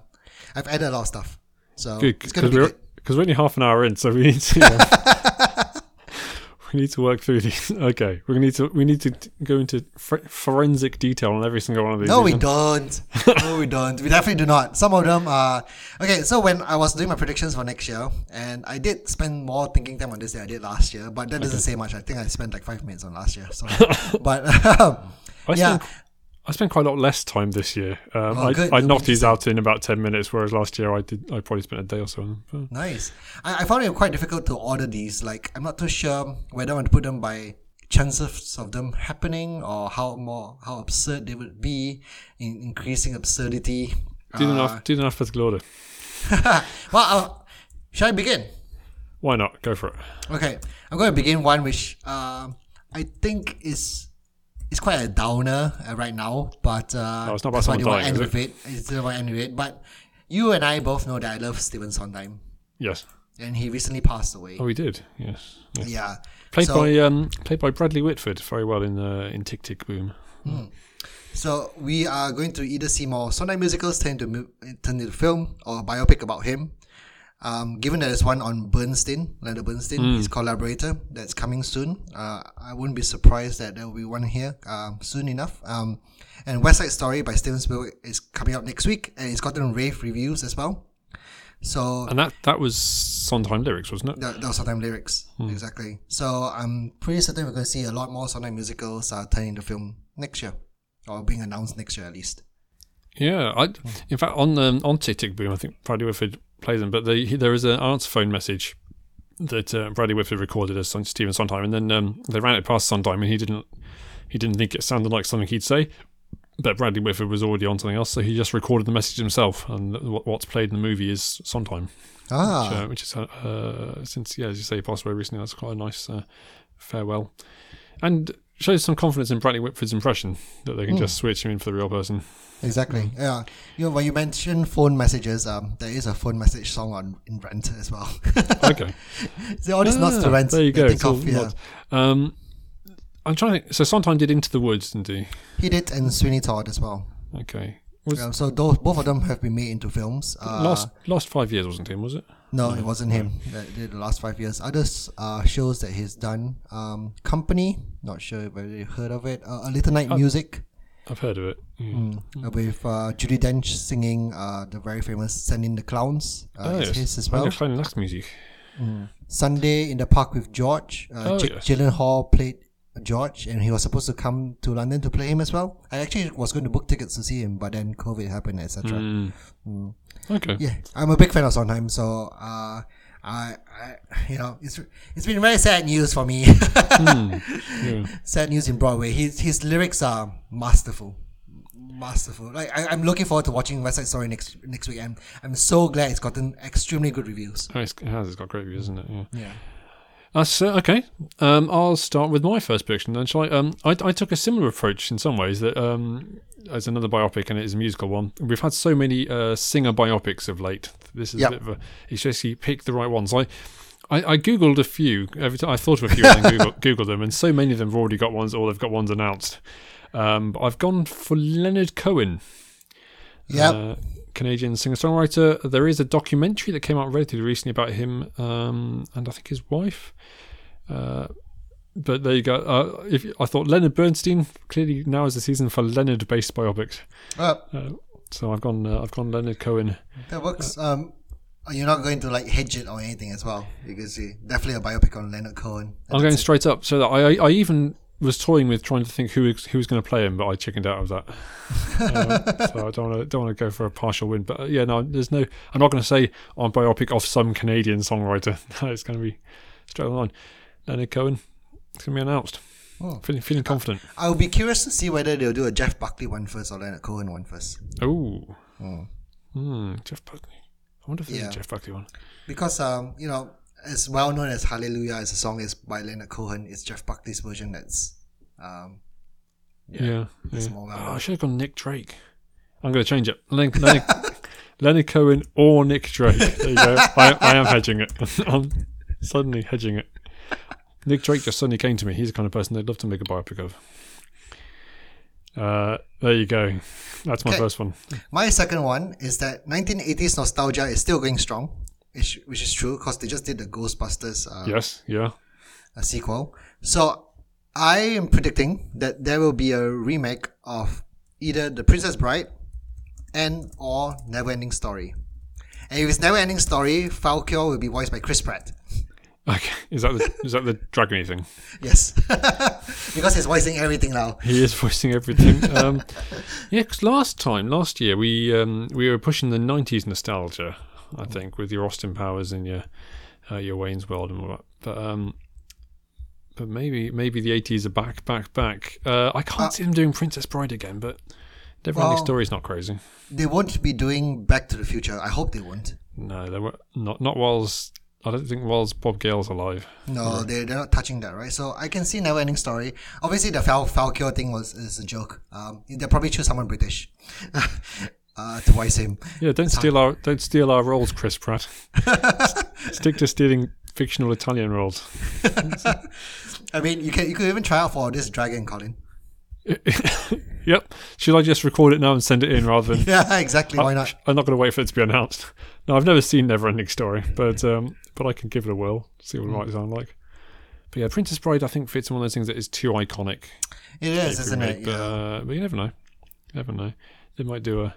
Speaker 2: I've added a lot of stuff. So
Speaker 1: Good,
Speaker 2: it's
Speaker 1: because
Speaker 2: gonna be
Speaker 1: we're
Speaker 2: good.
Speaker 1: because we're only half an hour in, so we need to um, we need to work through these. Okay, we need to we need to t- go into fr- forensic detail on every single one of these.
Speaker 2: No, we
Speaker 1: isn't it?
Speaker 2: don't. No, we don't. We definitely do not. Some of them are okay. So when I was doing my predictions for next year, and I did spend more thinking time on this than I did last year, but that doesn't say much. I think I spent like five minutes on last year. So, but um,
Speaker 1: I
Speaker 2: yeah,
Speaker 1: spent, I spent quite a lot less time this year. Um,
Speaker 2: Oh,
Speaker 1: I,
Speaker 2: good.
Speaker 1: I
Speaker 2: No,
Speaker 1: knocked these out in about ten minutes, whereas last year I did. I probably spent a day or so. On them.
Speaker 2: nice. I, I found it quite difficult to order these. Like I'm not too sure whether I want to put them by chances of them happening or how more how absurd they would be in increasing absurdity.
Speaker 1: But do them
Speaker 2: Uh,
Speaker 1: enough. Do them in alphabetical order.
Speaker 2: well, I'll, shall I begin?
Speaker 1: Why not? Go for it.
Speaker 2: Okay, I'm going to begin one which um I think is is quite a downer uh, right now, but uh,
Speaker 1: Oh, it's not about
Speaker 2: that's why
Speaker 1: someone
Speaker 2: they wanna
Speaker 1: dying,
Speaker 2: end
Speaker 1: is
Speaker 2: with it. It's not about end with it. But you and I both know that I love Stephen Sondheim,
Speaker 1: Yes.
Speaker 2: and he recently passed away.
Speaker 1: Oh, we did. Yes. yes.
Speaker 2: Yeah,
Speaker 1: Played
Speaker 2: so,
Speaker 1: by um, played by Bradley Whitford very well in uh, in Tick Tick Boom.
Speaker 2: so we are going to either see more Sondheim musicals turned to mu- turned into film or a biopic about him. Um, given that there's one on Bernstein, Leonard Bernstein, his collaborator, that's coming soon. Uh, I wouldn't be surprised that there will be one here um, soon enough. Um, and West Side Story by Steven Spielberg is coming out next week, and it's gotten rave reviews as well. So
Speaker 1: And that that was Sondheim lyrics, wasn't it?
Speaker 2: that, that was Sondheim lyrics exactly. So I'm pretty certain we're going to see a lot more Sondheim musicals uh, turning into film next year, or being announced next year at least.
Speaker 1: Yeah, I, in fact, on um, on Tick Tick Boom, I think Bradley Whitford plays them, but they, he- there is an answer phone message that uh, Bradley Whitford recorded as Son- Stephen Sondheim, and then um, they ran it past Sondheim, and he didn't he didn't think it sounded like something he'd say, but Bradley Whitford was already on something else, so he just recorded the message himself, and what, what's played in the movie is Sondheim,
Speaker 2: Ah,
Speaker 1: uh, which is uh, since yeah, as you say, he passed away recently. That's quite a nice uh, farewell, and shows some confidence in Bradley Whitford's impression that they can just switch him in for the real person.
Speaker 2: Exactly.
Speaker 1: Mm.
Speaker 2: Yeah. You know, when you mentioned phone messages, um, there is a phone message song on in Rent as well.
Speaker 1: Okay.
Speaker 2: so all these nuts to
Speaker 1: Ah,
Speaker 2: Rent.
Speaker 1: There you
Speaker 2: they
Speaker 1: go.
Speaker 2: think
Speaker 1: it's all
Speaker 2: of, yeah.
Speaker 1: nods. Um, I'm trying to think. So Sondheim did Into the Woods, didn't he?
Speaker 2: He did and Sweeney Todd as well.
Speaker 1: Okay. Was
Speaker 2: Um, so those both of them have been made into films. Uh,
Speaker 1: last Mm. last five years wasn't him, was it?
Speaker 2: no, it wasn't him that did the last five years. Others uh, shows that he's done. Um, Company, not sure whether you heard of it. Uh, a Little Night Music
Speaker 1: I've heard of it. Yeah.
Speaker 2: uh, with uh, Judy Dench singing uh, the very famous "Sending the Clowns" uh,
Speaker 1: Oh,
Speaker 2: is
Speaker 1: yes.
Speaker 2: his as
Speaker 1: Van
Speaker 2: well.
Speaker 1: der Kleine Nachtmusik.
Speaker 2: Sunday in the park with George. Uh,
Speaker 1: Oh,
Speaker 2: J-
Speaker 1: yes.
Speaker 2: Jalen Hall played George, and he was supposed to come to London to play him as well. I actually was going to book tickets to see him, but then COVID happened, etc.
Speaker 1: Mm. Okay.
Speaker 2: Yeah, I'm a big fan of Sondheim, so uh, I, I, you know, it's it's been very sad news for me.
Speaker 1: Hmm, yeah.
Speaker 2: sad news in Broadway. His his lyrics are masterful. Masterful. Like I, I'm looking forward to watching West Side Story next next week, and I'm so glad it's gotten extremely good reviews.
Speaker 1: Oh, it's, it has. It's got great views, isn't it? Yeah.
Speaker 2: Yeah.
Speaker 1: That's uh, okay. Um, I'll start with my first prediction. Then, shall I? Um, I, I took a similar approach in some ways. That um, as another biopic, and it is a musical one. We've had so many uh, singer biopics of late. This is
Speaker 2: Yeah.
Speaker 1: a bit of a. It's just you pick the right ones. I, I, I googled a few. Every time I thought of a few, and then googled, googled them, and so many of them have already got ones, or they've got ones announced. Um, but I've gone for Leonard Cohen.
Speaker 2: Yeah.
Speaker 1: Uh, Canadian singer songwriter. There is a documentary that came out relatively recently about him um, and I think his wife. Uh, but there you go. Uh, if I thought Leonard Bernstein clearly now is the season for Leonard-based biopics.
Speaker 2: Uh,
Speaker 1: So I've gone. Uh, I've gone Leonard Cohen.
Speaker 2: That works. Um, you're not going to like hedge it or anything as well, because you definitely a biopic on Leonard Cohen.
Speaker 1: I'm going straight up. So that I, I, I even was toying with trying to think who is- who was going to play him, but I chickened out of that. um, so I don't want to don't want to go for a partial win. But uh, yeah, no, there's no. I'm not going to say I'm biopic of some Canadian songwriter. No, it's going to be straight on the line. Leonard Cohen. It's going to be announced.
Speaker 2: Oh.
Speaker 1: Feeling, feeling confident.
Speaker 2: I will be curious to see whether they'll do a Jeff Buckley one first or Leonard Cohen one first,
Speaker 1: Oh. Hmm. Jeff Buckley. I wonder if there's
Speaker 2: Yeah.
Speaker 1: a Jeff Buckley one.
Speaker 2: because um, you know, as well known as Hallelujah as a song is by Leonard Cohen, it's Jeff Buckley's version that's um,
Speaker 1: Yeah. yeah.
Speaker 2: It's more well-known.
Speaker 1: Oh, I should have gone Nick Drake. I'm going to change it. Leonard, Leonard, Leonard Cohen or Nick Drake. There you go. I, I am hedging it. I'm suddenly hedging it. Nick Drake just suddenly came to me. He's the kind of person they'd love to make a biopic of. Uh, there you go. That's my
Speaker 2: Okay.
Speaker 1: first one.
Speaker 2: My second one is that 1980s nostalgia is still going strong, which, which is true because they just did the Ghostbusters uh,
Speaker 1: Yes, yeah.
Speaker 2: a sequel. So I am predicting that there will be a remake of either The Princess Bride and or Neverending Story. And if it's Neverending Story, Falcor will be voiced by Chris Pratt.
Speaker 1: Okay, is that the, is that the dragony thing?
Speaker 2: Yes, because he's voicing everything now.
Speaker 1: He is voicing everything. Um, yeah, 'cause last time, last year, we um, we were pushing the '90s nostalgia. I think with your Austin Powers and your uh, your Wayne's World and all that. But um, but maybe maybe the '80s are back, back, back. Uh, I can't see them doing Princess Bride again, but. Never ending
Speaker 2: Well-
Speaker 1: story's not crazy.
Speaker 2: They won't be doing Back to the Future. I hope they won't.
Speaker 1: No, they were not not whilst I don't think whilst Bob Gale's alive.
Speaker 2: No, they they're not touching that, right? So I can see Never Ending Story. Obviously, the Fal- Falcor thing was is a joke. Um, they'll probably choose someone British uh, to voice him.
Speaker 1: Yeah, don't steal our don't steal our roles, Chris Pratt. S- Stick to stealing fictional Italian roles.
Speaker 2: I mean, you can you could even try out for this dragon, Colin.
Speaker 1: Yep. Should I just record it now and send it in rather than?
Speaker 2: Yeah, exactly. Why not?
Speaker 1: I'm not going to wait for it to be announced. No, I've never seen Neverending Story, but um, but I can give it a whirl. See
Speaker 2: Hmm.
Speaker 1: what it might sound like. But yeah, Princess Bride, I think fits in one of those things that is too iconic.
Speaker 2: It is,
Speaker 1: to
Speaker 2: isn't
Speaker 1: remake,
Speaker 2: it?
Speaker 1: But,
Speaker 2: Yeah.
Speaker 1: uh, but Oh, you never know. You never know. They might do a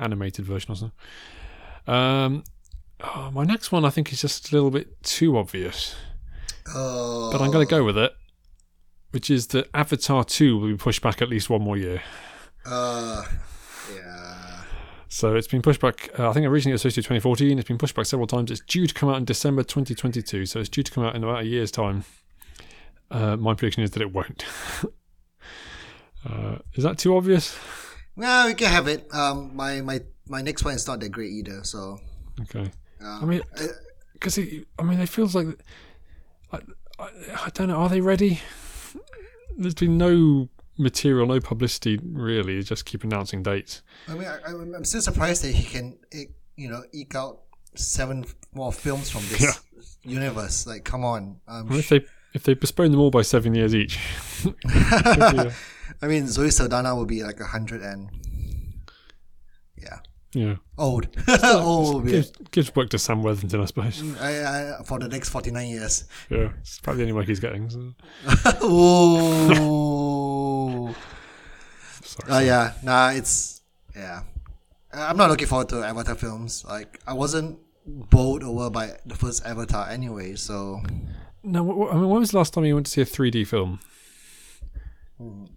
Speaker 1: animated version or something. Um, oh, my next one, I think, is just a little bit too obvious,
Speaker 2: Oh,
Speaker 1: but I'm going to go with it, which is that Avatar 2 will be pushed back at least one more year.
Speaker 2: uh, yeah.
Speaker 1: So it's been pushed back. Uh, I think originally it was supposed to be 2014. It's been pushed back several times. It's due to come out in December 2022. So it's due to come out in about a year's time. Uh, my prediction is that it won't. uh, is that too obvious?
Speaker 2: Well, we can have it. Um, my my my next one is not that great either. So
Speaker 1: Okay. I mean, because it, I mean, it feels like I, I, I don't know. Are they ready? There's been no material, no publicity, really. They just keep announcing dates.
Speaker 2: I mean, I, I'm I'm still surprised that he can, eh, you know, eke out seven more films from this universe. Like, come on. Um,
Speaker 1: Well, if they if they postpone them all by seven years each, yeah.
Speaker 2: I mean, Zoe Saldana will be like a hundred and yeah,
Speaker 1: yeah.
Speaker 2: old, old. yeah. Mm.
Speaker 1: Gives, gives work to Sam Worthington, I suppose.
Speaker 2: I, I, for the next forty nine years.
Speaker 1: Yeah, it's probably the only work he's getting. So.
Speaker 2: Oh.
Speaker 1: Sorry.
Speaker 2: Uh, yeah, nah, it's yeah. Uh, I'm not looking forward to Avatar films. Like, I wasn't bowled over by the first Avatar anyway. So,
Speaker 1: No, wh- wh- I mean, when was the last time you went to see a 3D film? I don't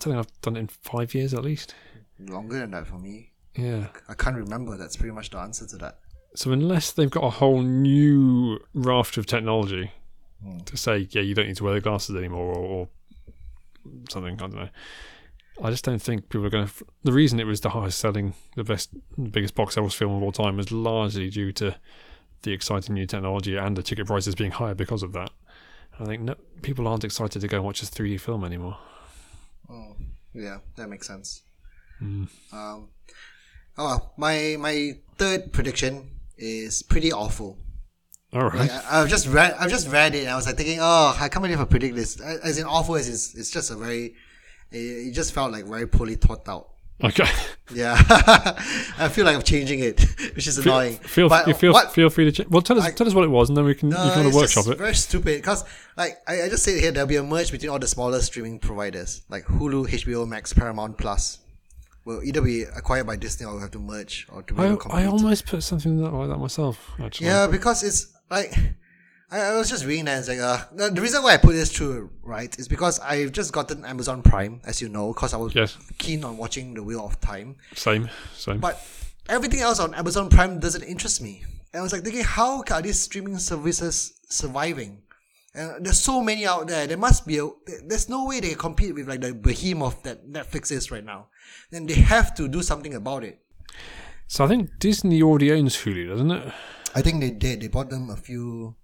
Speaker 1: think I've done it in five years at least.
Speaker 2: longer than that for me.
Speaker 1: Yeah.
Speaker 2: I can't remember. That's pretty much the answer to that.
Speaker 1: So unless they've got a whole new raft of technology
Speaker 2: Hmm.
Speaker 1: to say, yeah, you don't need to wear the glasses anymore, or, or something, I don't know. I just don't think people are going to. F- the reason it was the highest selling, the best, the biggest box office film of all time was largely due to the exciting new technology and the ticket prices being higher because of that. I think no, people aren't excited to go and watch this 3D film anymore.
Speaker 2: Yeah, that makes sense. Um, oh well, my my third prediction is pretty awful.
Speaker 1: All right.
Speaker 2: Like, I, I've just read I've just read it. And I was like thinking, oh, I can't believe I predict this. A- As in awful as it's, it's just a very, it, it just felt like very poorly thought out.
Speaker 1: Okay.
Speaker 2: Yeah, I feel like I'm changing it, which is annoying.
Speaker 1: Feel
Speaker 2: but
Speaker 1: you feel
Speaker 2: what-
Speaker 1: feel free to ch- well tell us tell us what it was, and then we can
Speaker 2: uh,
Speaker 1: you can
Speaker 2: it's just
Speaker 1: workshop it.
Speaker 2: Very stupid because like I, I just said here, there'll be a merge between all the smaller streaming providers like Hulu, HBO Max, Paramount Plus. Will either be acquired by Disney or will have to merge or to be
Speaker 1: I, I
Speaker 2: complete.
Speaker 1: almost put something that, like that myself. Actually.
Speaker 2: Yeah, because it's like I, I was just reading that. It's like uh, the the reason why I put this through right is because I've just gotten Amazon Prime, as you know, because I was
Speaker 1: Yes.
Speaker 2: keen on watching The Wheel of Time,
Speaker 1: Same. Same.
Speaker 2: but everything else on Amazon Prime doesn't interest me. And I was like thinking, how are these streaming services surviving? And there's so many out there. There must be a. There's no way they compete with like the behemoth that Netflix is right now. Then they have to do something about it.
Speaker 1: so I think Disney already owns Hulu, doesn't it?
Speaker 2: I think they did. They bought them a few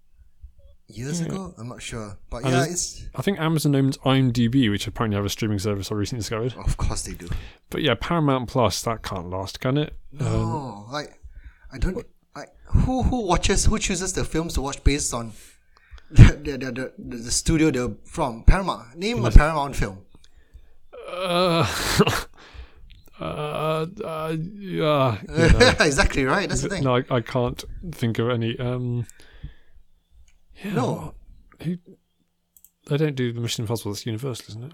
Speaker 2: years ago. I'm not sure, but yeah, it's
Speaker 1: I think Amazon owns IMDb, which apparently have a streaming service I recently discovered.
Speaker 2: of course they do.
Speaker 1: But yeah, Paramount Plus that can't last, can it?
Speaker 2: oh, like I don't. I who who watches who chooses the films to watch based on the, the, the, the, the studio they're from, Paramount. Name a Paramount film.
Speaker 1: Uh, uh, uh, yeah, yeah,
Speaker 2: exactly right. That's the thing.
Speaker 1: no, I, I can't think of any. Um, yeah,
Speaker 2: No.
Speaker 1: who, they don't do the Mission Impossible. That's Universal, isn't it?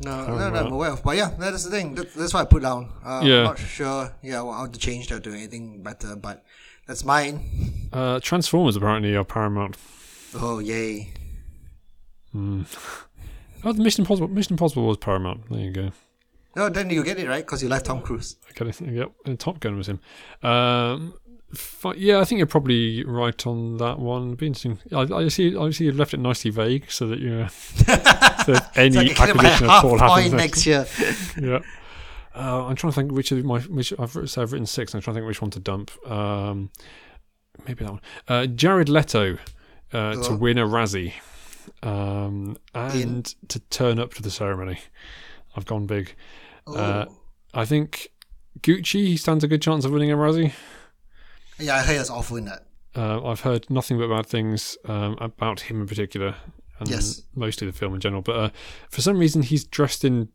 Speaker 2: No, no, no,
Speaker 1: well.
Speaker 2: I'm aware of. But yeah, that's the thing. That, that's what I put down. Uh,
Speaker 1: Yeah.
Speaker 2: I'm not sure. Yeah, well, how to change that to anything better, but that's mine.
Speaker 1: Uh, Transformers apparently are Paramount.
Speaker 2: Oh yay!
Speaker 1: Oh, the Mission Impossible. Mission Impossible was Paramount. There you go.
Speaker 2: No, then you get it right because you like Tom Cruise.
Speaker 1: Okay, yep. And Top Gun was him. Um, fi- yeah, I think you're probably right on that one. Be interesting. I, I see. Obviously, you've left it nicely vague so that you so that
Speaker 2: It's
Speaker 1: any
Speaker 2: like I get my
Speaker 1: acquisition
Speaker 2: half
Speaker 1: at all
Speaker 2: point
Speaker 1: happens.
Speaker 2: next year.
Speaker 1: yeah. Uh, I'm trying to think which of my which I've written, so I've written six. And I'm trying to think which one to dump. Um, maybe that one. Uh, Jared Leto uh, to
Speaker 2: Oh.
Speaker 1: win a Razzie um, and to turn up to the ceremony. I've gone big.
Speaker 2: Oh.
Speaker 1: Uh, I think Gucci he stands a good chance of winning a Razzie.
Speaker 2: yeah, I heard it's awful in that.
Speaker 1: Uh, I've heard nothing but bad things um, about him in particular, and
Speaker 2: Yes.
Speaker 1: mostly the film in general. But uh, for some reason, he's dressed in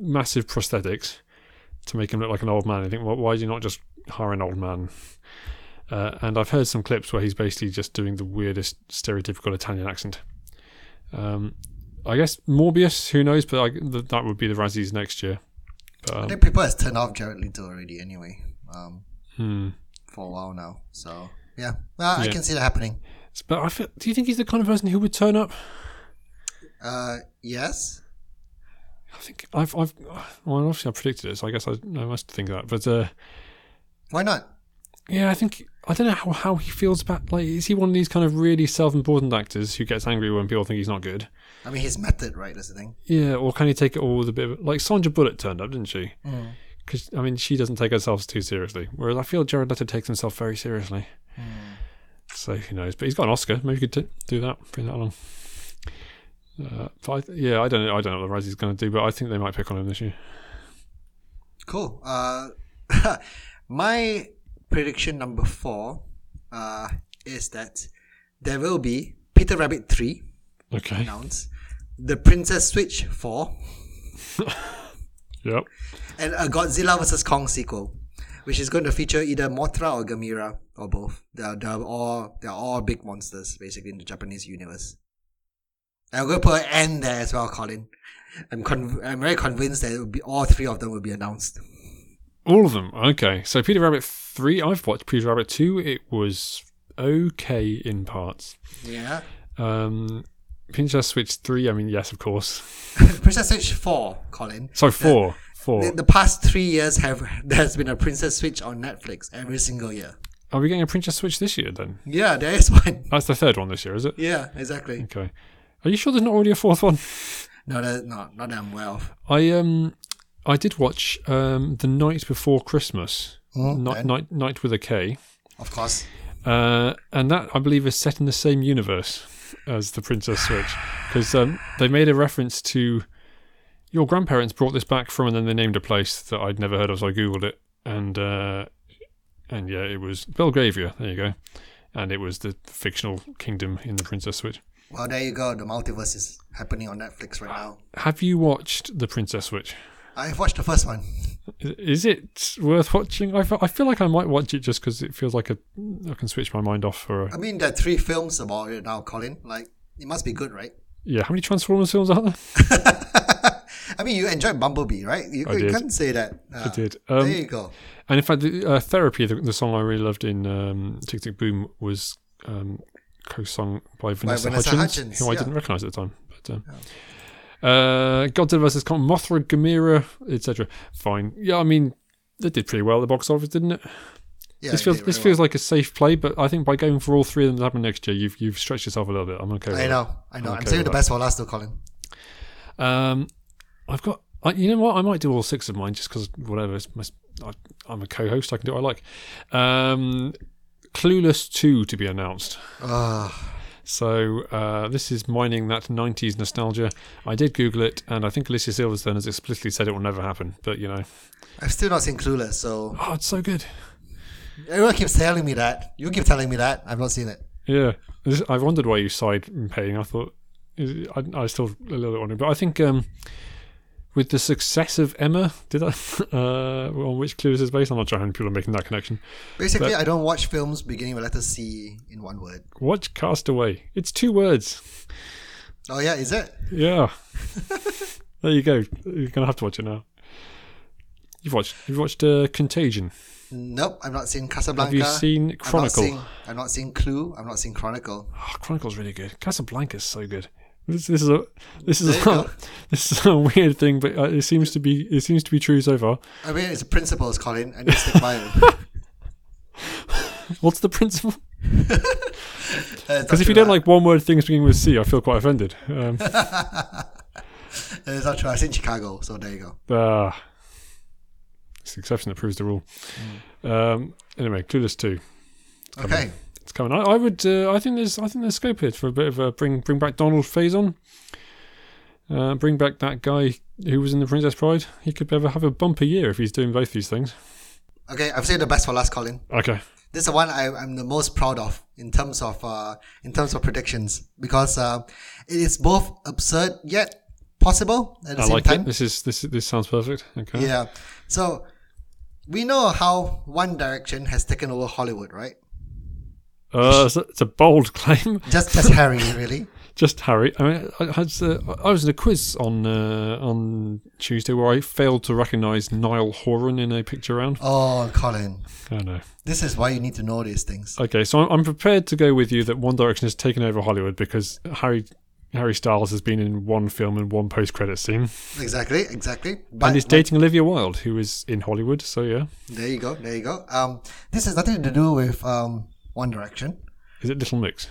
Speaker 1: massive prosthetics to make him look like an old man. I think, well, why do you not just hire an old man? Uh, and I've heard some clips where he's basically just doing the weirdest stereotypical Italian accent. Um, I guess Morbius, who knows? But I, th- that would be the Razzies next year. But,
Speaker 2: I
Speaker 1: um,
Speaker 2: think people has turned off Jared Leto already anyway. Um,
Speaker 1: hmm.
Speaker 2: for a while now. So yeah, well, I
Speaker 1: Yeah.
Speaker 2: can see that happening.
Speaker 1: But I feel, do you think he's the kind of person who would turn up?
Speaker 2: Uh, yes.
Speaker 1: I think I've, I've, well, obviously I predicted it, so I guess I, I must think that. But uh,
Speaker 2: Why not?
Speaker 1: yeah, I think I don't know how, how he feels about like is he one of these kind of really self-important actors who gets angry when people think he's not good?
Speaker 2: I mean, his method, right? That's the thing.
Speaker 1: Yeah, or can he take it all with a bit of like Sandra Bullock turned up, didn't she?
Speaker 2: Mm.
Speaker 1: Because I mean, she doesn't take herself too seriously, whereas I feel Jared Leto takes himself very seriously. So who knows? But he's got an Oscar. Maybe he could t- do that, bring that along. Uh, but I, th- yeah, I don't know. I don't know what the Razzie's going to do, but I think they might pick on him this year.
Speaker 2: Cool. Uh, my prediction number four uh, is that there will be Peter Rabbit 3
Speaker 1: Okay.
Speaker 2: announced, The Princess Switch 4,
Speaker 1: Yep.
Speaker 2: and a Godzilla vs. Kong sequel, which is going to feature either Mothra or Gamira, or both. They're, they're, all, they're all big monsters, basically, in the Japanese universe. I'm going to put an N there as well, Colin. I'm, con- I'm very convinced that it will be, all three of them will be announced.
Speaker 1: All of them. Okay. So Peter Rabbit 3, I've watched Peter Rabbit 2. It was okay in parts.
Speaker 2: Yeah.
Speaker 1: Um, Princess Switch 3, I mean, yes, of course.
Speaker 2: Princess Switch 4, Colin.
Speaker 1: So 4. 4.
Speaker 2: The, the past three years have there's been a Princess Switch on Netflix every single year.
Speaker 1: Are we getting a Princess Switch this year then?
Speaker 2: Yeah, there is one.
Speaker 1: That's the third one this year, is it?
Speaker 2: Yeah, exactly.
Speaker 1: Okay. Are you sure there's not already a fourth one?
Speaker 2: No, that, not not that I'm well. of.
Speaker 1: I um I did watch um The Night Before Christmas.
Speaker 2: Oh,
Speaker 1: Night, night night with a K.
Speaker 2: Of course.
Speaker 1: Uh, and that I believe is set in the same universe as the Princess Switch because um, they made a reference to your grandparents brought this back from, and then they named a place that I'd never heard of, so I googled it, and uh, and yeah, it was Belgravia. There you go, and it was the fictional kingdom in the Princess Switch.
Speaker 2: Well, there you go. The multiverse is happening on Netflix right now.
Speaker 1: Have you watched the Princess Switch?
Speaker 2: I've watched the first one.
Speaker 1: I- Is it worth watching? I fe- I feel like I might watch it just because it feels like a, I can switch my mind off for a,
Speaker 2: I mean, there are three films about it now, Colin. Like, it must be good, right?
Speaker 1: yeah. How many Transformers films are there?
Speaker 2: I mean, you enjoyed Bumblebee, right? You, you
Speaker 1: did.
Speaker 2: can't say that.
Speaker 1: I
Speaker 2: Uh,
Speaker 1: did.
Speaker 2: There
Speaker 1: Um,
Speaker 2: you go.
Speaker 1: And in fact, the, uh, Therapy, the, the song I really loved in um, Tick Tick Boom, was um, co sung by Vanessa,
Speaker 2: Vanessa
Speaker 1: Hudgens,
Speaker 2: Hudgens,
Speaker 1: who I
Speaker 2: yeah.
Speaker 1: didn't recognise at the time. But, um, uh, Godzilla vs. Kong, Mothra, Gamira, etc. Fine. Yeah, I mean, it did pretty well at the box office, didn't it?
Speaker 2: Yeah,
Speaker 1: this
Speaker 2: you
Speaker 1: feels
Speaker 2: did
Speaker 1: this
Speaker 2: very
Speaker 1: feels like a safe play, but I think by going for all three of them that happen next year, you've you've stretched yourself a little bit. I'm okay.
Speaker 2: well.
Speaker 1: With
Speaker 2: I
Speaker 1: that.
Speaker 2: know. I know. I'm
Speaker 1: Okay,
Speaker 2: saving the
Speaker 1: right.
Speaker 2: best for last, though, Colin.
Speaker 1: Um, I've got. I, you know what? I might do all six of mine just because whatever. It's my, I, I'm a co-host. I can do what I like. Um, Clueless two to be announced.
Speaker 2: Ugh.
Speaker 1: So uh, this is mining that '90s nostalgia. I did Google it, and I think Alicia Silverstone has explicitly said it will never happen. But you know,
Speaker 2: I've still not seen Clueless, so
Speaker 1: oh, it's so good.
Speaker 2: Everyone keeps telling me that. You keep telling me that. I've not seen it.
Speaker 1: Yeah, This- I wondered why you sighed in pain. I thought is- I, I was still a little bit wondering, but I think um, with the success of Emma, did I uh, on which Clueless is based? I'm not sure how many people are making that connection.
Speaker 2: Basically, I don't watch films beginning with letter C in one word.
Speaker 1: Watch Castaway. It's two words.
Speaker 2: Oh yeah, is it?
Speaker 1: Yeah. there you go. You're gonna have to watch it now. You've watched. You've watched uh, Contagion.
Speaker 2: Nope, I'm not seeing Casablanca.
Speaker 1: Have you seen
Speaker 2: I'm not
Speaker 1: Chronicle?
Speaker 2: seeing, I'm not seeing Clue. I'm not seeing Chronicle.
Speaker 1: Oh, Chronicle's really good. Casablanca's so good. This, this is a this
Speaker 2: There
Speaker 1: is
Speaker 2: you
Speaker 1: a,
Speaker 2: go.
Speaker 1: this is a weird thing, but uh, it seems to be it seems to be true so far.
Speaker 2: I mean, it's principles, Colin, and you stick by Uh, it.
Speaker 1: What's the principle? Because if you don't like one word things beginning with C, I feel quite offended. Um,
Speaker 2: Uh, it's not true. I was in Chicago, so there you go.
Speaker 1: ah. it's the exception that proves the rule.
Speaker 2: Hmm.
Speaker 1: Um, anyway, Clueless two.
Speaker 2: Okay,
Speaker 1: It's coming. I, I would. Uh, I think there's. I think there's scope here for a bit of a bring. Bring back Donald Faison. Uh, bring back that guy who was in the Princess Bride. He could ever have a bumper year if he's doing both these things.
Speaker 2: okay. I've saved the best for last, Colin.
Speaker 1: Okay.
Speaker 2: This is the one I, I'm the most proud of in terms of uh, in terms of predictions because uh, it is both absurd yet possible at the
Speaker 1: I
Speaker 2: same
Speaker 1: like
Speaker 2: time.
Speaker 1: it. This is this. This sounds perfect. Okay.
Speaker 2: Yeah. So we know how One Direction has taken over Hollywood, right?
Speaker 1: Uh, it's, a, it's a bold claim.
Speaker 2: Just just Harry, really.
Speaker 1: Just Harry. I mean, I, had, uh, I was in a quiz on uh, on Tuesday where I failed to recognise Niall Horan in a picture round.
Speaker 2: Oh, Colin,
Speaker 1: I know.
Speaker 2: this is why you need to know these things.
Speaker 1: Okay, so I'm- I'm prepared to go with you that One Direction has taken over Hollywood because Harry Harry Styles has been in one film and one post credit scene,
Speaker 2: Exactly, exactly. But
Speaker 1: and he's dating Olivia Wilde, who is in Hollywood. So yeah,
Speaker 2: there you go, there you go. Um, this has nothing to do with um One Direction.
Speaker 1: is it Little Mix?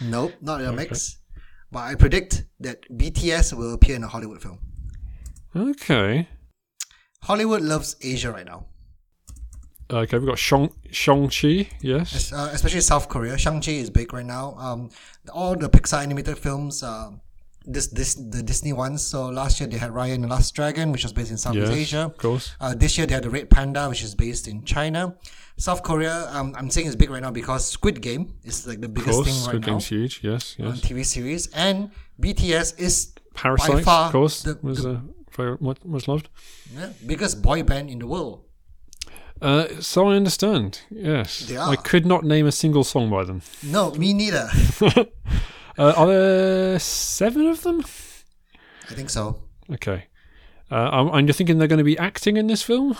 Speaker 2: Nope, not in a mix. But I predict that BTS will appear in a Hollywood film.
Speaker 1: Okay,
Speaker 2: Hollywood loves Asia right now,
Speaker 1: okay, we've got Shang Shang Chi. Yes,
Speaker 2: Es- uh, especially South Korea. Shang Chi is big right now. Um, all the Pixar animated films, um, this this the Disney ones. So last year they had Ryan and the Last Dragon, which was based in Southeast
Speaker 1: yes,
Speaker 2: Asia.
Speaker 1: of course.
Speaker 2: Uh, this year they had the Red Panda, which is based in China. South Korea, um, I'm saying it's big right now because Squid Game is like the
Speaker 1: Of
Speaker 2: biggest
Speaker 1: course,
Speaker 2: thing right
Speaker 1: Squid
Speaker 2: now
Speaker 1: Game's huge. Yes,
Speaker 2: on
Speaker 1: yes.
Speaker 2: TV series, and BTS is by
Speaker 1: Parasite,
Speaker 2: far
Speaker 1: of course,
Speaker 2: the,
Speaker 1: was uh, very much, much loved.
Speaker 2: yeah, biggest boy band in the world.
Speaker 1: Uh, so I understand. Yes,
Speaker 2: They
Speaker 1: I
Speaker 2: are.
Speaker 1: could not name a single song by them.
Speaker 2: No, me neither.
Speaker 1: Uh, are there seven of them?
Speaker 2: I think so.
Speaker 1: Okay. Uh, um, and you're thinking they're going to be acting in this film,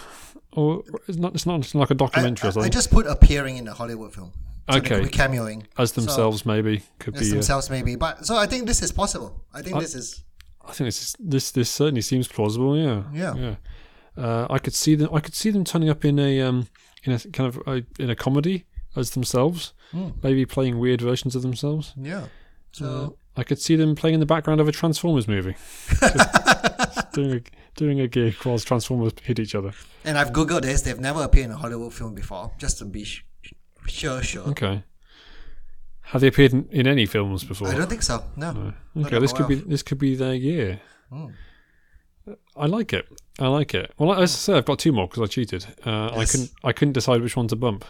Speaker 1: or it's not? It's not it's like a
Speaker 2: I,
Speaker 1: documentary or
Speaker 2: I- I
Speaker 1: something.
Speaker 2: just put appearing in a Hollywood film. So they
Speaker 1: Okay.
Speaker 2: could be cameoing
Speaker 1: as themselves, maybe could
Speaker 2: as
Speaker 1: be. Uh,
Speaker 2: themselves maybe. But so I think this is possible. I think this is
Speaker 1: I think this is, this this certainly seems plausible. Yeah.
Speaker 2: Yeah.
Speaker 1: Yeah. Uh, I could see them. I could see them turning up in a um in a kind of a, in a comedy as themselves, maybe playing weird versions of themselves.
Speaker 2: yeah. So
Speaker 1: I could see them playing in the background of a Transformers movie, Just- just doing a doing a gig whilst Transformers hit each other.
Speaker 2: and I've googled this. They've never appeared in a Hollywood film before, just to be sh- sure, sure.
Speaker 1: Okay. Have they appeared in, in any films before?
Speaker 2: I don't think so. No. Not
Speaker 1: Okay,
Speaker 2: that
Speaker 1: this
Speaker 2: I'm
Speaker 1: could be
Speaker 2: aware
Speaker 1: this could be their year.
Speaker 2: Hmm.
Speaker 1: I like it. I like it. Well, as I say, I've got two more because I cheated. Uh, I
Speaker 2: Hmm. Yes.
Speaker 1: couldn't. I couldn't decide which one to bump.